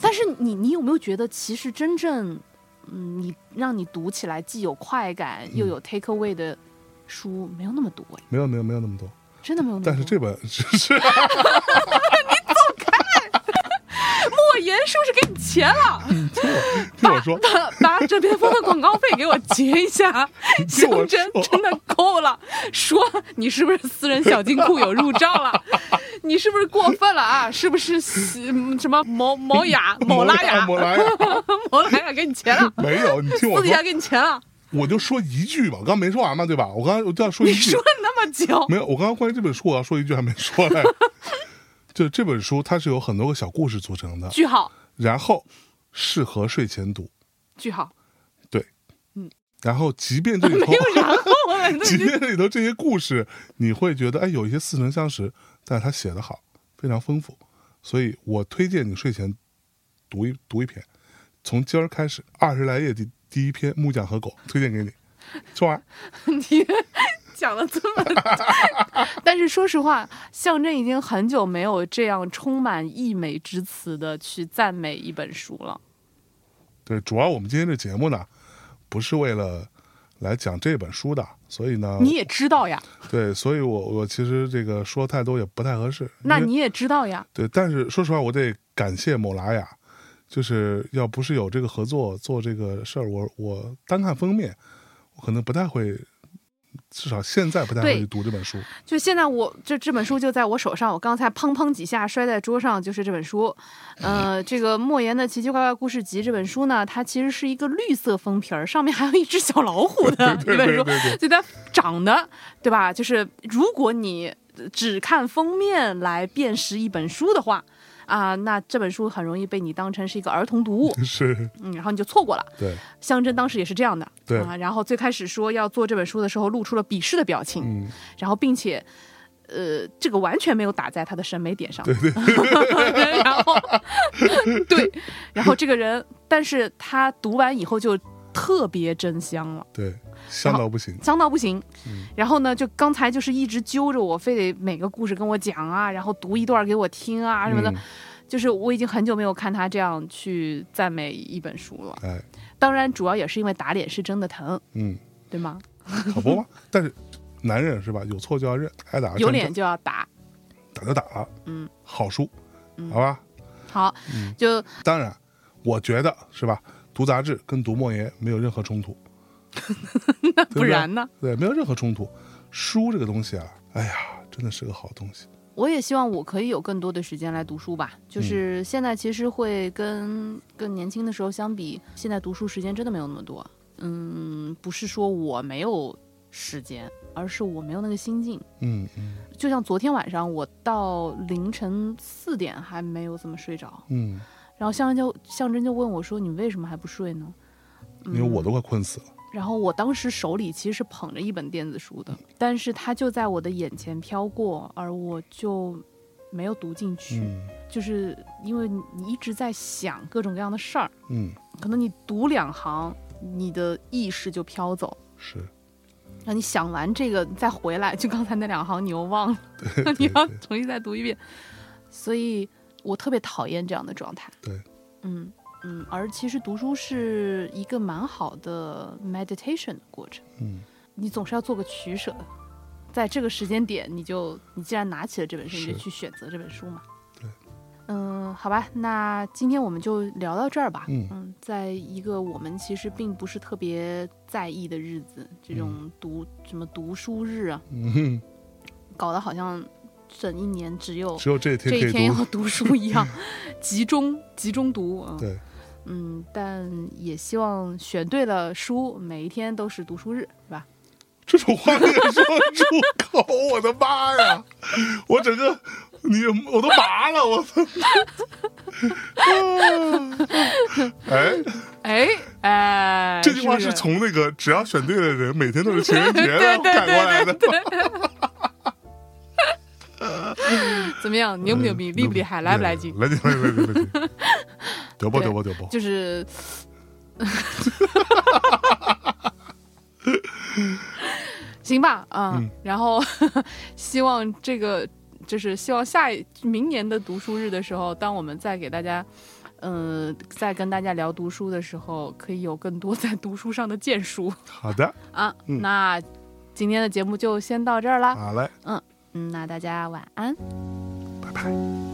S1: 但是你你有没有觉得，其实真正，嗯，你让你读起来既有快感
S2: 嗯
S1: 又有 take away 的书没有那么多哎，
S2: 没有没有没有那么多，
S1: 真的没有那么多。
S2: 但是这本 (laughs) 是是
S1: 莫言是不是给你钱了？ (laughs)
S2: 听我说，
S1: 把把这边风的广告费给我结一
S2: (laughs)
S1: 下，
S2: 听
S1: 象
S2: 我
S1: 征
S2: 说
S1: 真的够了。说你是不是私人小金库有入账
S2: (laughs)
S1: 了？你是不是过分了啊？是不是嗯什么某
S2: (laughs)
S1: 某雅、某拉雅、
S2: 摩拉雅
S1: (laughs) 某拉雅给你钱了？
S2: (laughs) 没有，你听我
S1: 私底
S2: 说
S1: 下，给你钱了？
S2: 我就说一句吧，我刚没说完嘛，对吧？我刚我就要说一
S1: 你
S2: 句
S1: 说，了那么久，
S2: (laughs) 没有，我刚刚关于这本书我要说一句还没说嘞， (laughs) 就这本书它是有很多个小故事组成的，
S1: 句号，
S2: 然后适合睡前读，
S1: 句号， (laughs)
S2: 然后即便这里头
S1: 没有然后了，你都
S2: (laughs) 即
S1: 已经
S2: 便这里头这些故事，你会觉得哎有一些似曾相识，但是他写的好，非常丰富，所以我推荐你睡前读一读一篇，从今儿开始二十来页第第一篇《木匠和狗》推荐给你，说完。 (laughs)
S1: 你讲了这么多， (laughs) 但是说实话，象征已经很久没有这样充满溢美之词的去赞美一本书了。
S2: 对，主要我们今天这节目呢，不是为了来讲这本书的，所以呢，
S1: 你也知道呀，
S2: 对，所以我我其实这个说太多也不太合适。
S1: 那
S2: 因为
S1: 你也知道呀，
S2: 对，但是说实话，我得感谢某拉雅，就是要不是有这个合作做这个事儿，我我单看封面，我可能不太会，至少现在不太会
S1: 对
S2: 去读这本书。 (laughs)
S1: 就现在我就这本书就在我手上，我刚才砰砰几下摔在桌上，就是这本
S2: (laughs)
S1: 书。呃，这个莫言的《奇奇怪怪故事集》这本书呢，它其实是一个绿色封皮儿，上面还有一只小老虎的一
S2: 对
S1: 本
S2: 对
S1: 书
S2: 对，对，
S1: 就它长得，对吧？就是如果你只看封面来辨识一本书的话，啊、那这本书很容易被你当成是一个儿童读物，
S2: 是，
S1: 嗯，然后你就错过了。
S2: 对，
S1: 香珍当时也是这样的，
S2: 对
S1: 啊，然后最开始说要做这本书的时候，露出了鄙视的表情，
S2: 嗯，
S1: 然后并且，呃，这个完全没有打在他的审美点上。对对 (laughs) 然后，对，然后这个人，但是他读完以后就特别真香了，
S2: 对，香到不行。
S1: 香到不行。
S2: 嗯
S1: 然后呢，就刚才就是一直揪着我，非得每个故事跟我讲啊，然后读一段给我听啊什么的。
S2: 嗯
S1: 就是我已经很久没有看他这样去赞美一本书了。
S2: 哎，
S1: 当然，主要也是因为打脸是真的疼，
S2: 嗯，
S1: 对吗？
S2: 可不嘛。但是男人是吧，有错就要认，挨打
S1: 有
S2: 真
S1: 脸就要打。
S2: 打就打了，
S1: 嗯，
S2: 好书，
S1: 嗯
S2: 好吧。
S1: 好，
S2: 嗯
S1: 就
S2: 当然，我觉得是吧，读杂志跟读莫言没有任何冲突，
S1: 那
S2: 对
S1: (laughs) 不然呢？
S2: 对，没有任何冲突。书这个东西啊，哎呀，真的是个好东西。
S1: 我也希望我可以有更多的时间来读书吧。就是现在其实会跟跟年轻的时候相比，现在读书时间真的没有那么多。嗯，不是说我没有时间，而是我没有那个心境。
S2: 嗯嗯
S1: 就像昨天晚上，我到凌晨四点还没有怎么睡着，
S2: 嗯，
S1: 然后象征就象征就问我说：“你为什么还不睡呢？”
S2: 因为我都快困死了。
S1: 然后我当时手里其实是捧着一本电子书的，
S2: 嗯
S1: 但是它就在我的眼前飘过，而我就没有读进去，
S2: 嗯
S1: 就是因为你你一直在想各种各样的事儿，
S2: 嗯，
S1: 可能你读两行，你的意识就飘走。
S2: 是。
S1: 那你想完这个，你再回来，就刚才那两行你又忘了， (laughs) 你
S2: 对
S1: 要
S2: 对
S1: 重新再读一遍。所以我特别讨厌这样的状态。
S2: 对，
S1: 嗯嗯，而其实读书是一个蛮好的 meditation 的过程。
S2: 嗯，
S1: 你总是要做个取舍的。在这个时间点，你就你既然拿起了这本书，你就是去选择这本书嘛。
S2: 对，
S1: 嗯，好吧，那今天我们就聊到这儿吧。
S2: 嗯
S1: 在一个我们其实并不是特别在意的日子，这种读、什么读书日啊，
S2: 嗯，
S1: 搞得好像整一年只有
S2: 只有这一
S1: 这
S2: 天可
S1: 一天
S2: 以读。
S1: 要读
S2: (laughs)
S1: 书一样，集中集中读啊。
S2: 对，
S1: 嗯，但也希望选对了书，每一天都是读书日，是吧？
S2: 这种话也说出口，我的妈呀！我整个你我都麻了，我操！哎，
S1: 哎哎，
S2: 这句话
S1: 不
S2: 是从那个只要选对了人，每天都是情人节的改过来的。
S1: 怎么样？牛不
S2: 哎
S1: 牛
S2: 嗯
S1: 逼？厉不厉害？来不来劲？
S2: 来劲，来劲，来
S1: (laughs)
S2: 劲，来劲！得吧，得吧，得吧！
S1: 就是，行吧，啊、
S2: 嗯
S1: 然后 (laughs) 希望这个就是希望下一明年的读书日的时候，当我们再给大家。嗯、在跟大家聊读书的时候，可以有更多在读书上的建树
S2: 好的，
S1: 啊。
S2: 嗯
S1: 那今天的节目就先到这儿啦。
S2: 好嘞，
S1: 嗯，那大家晚安。
S2: 拜拜。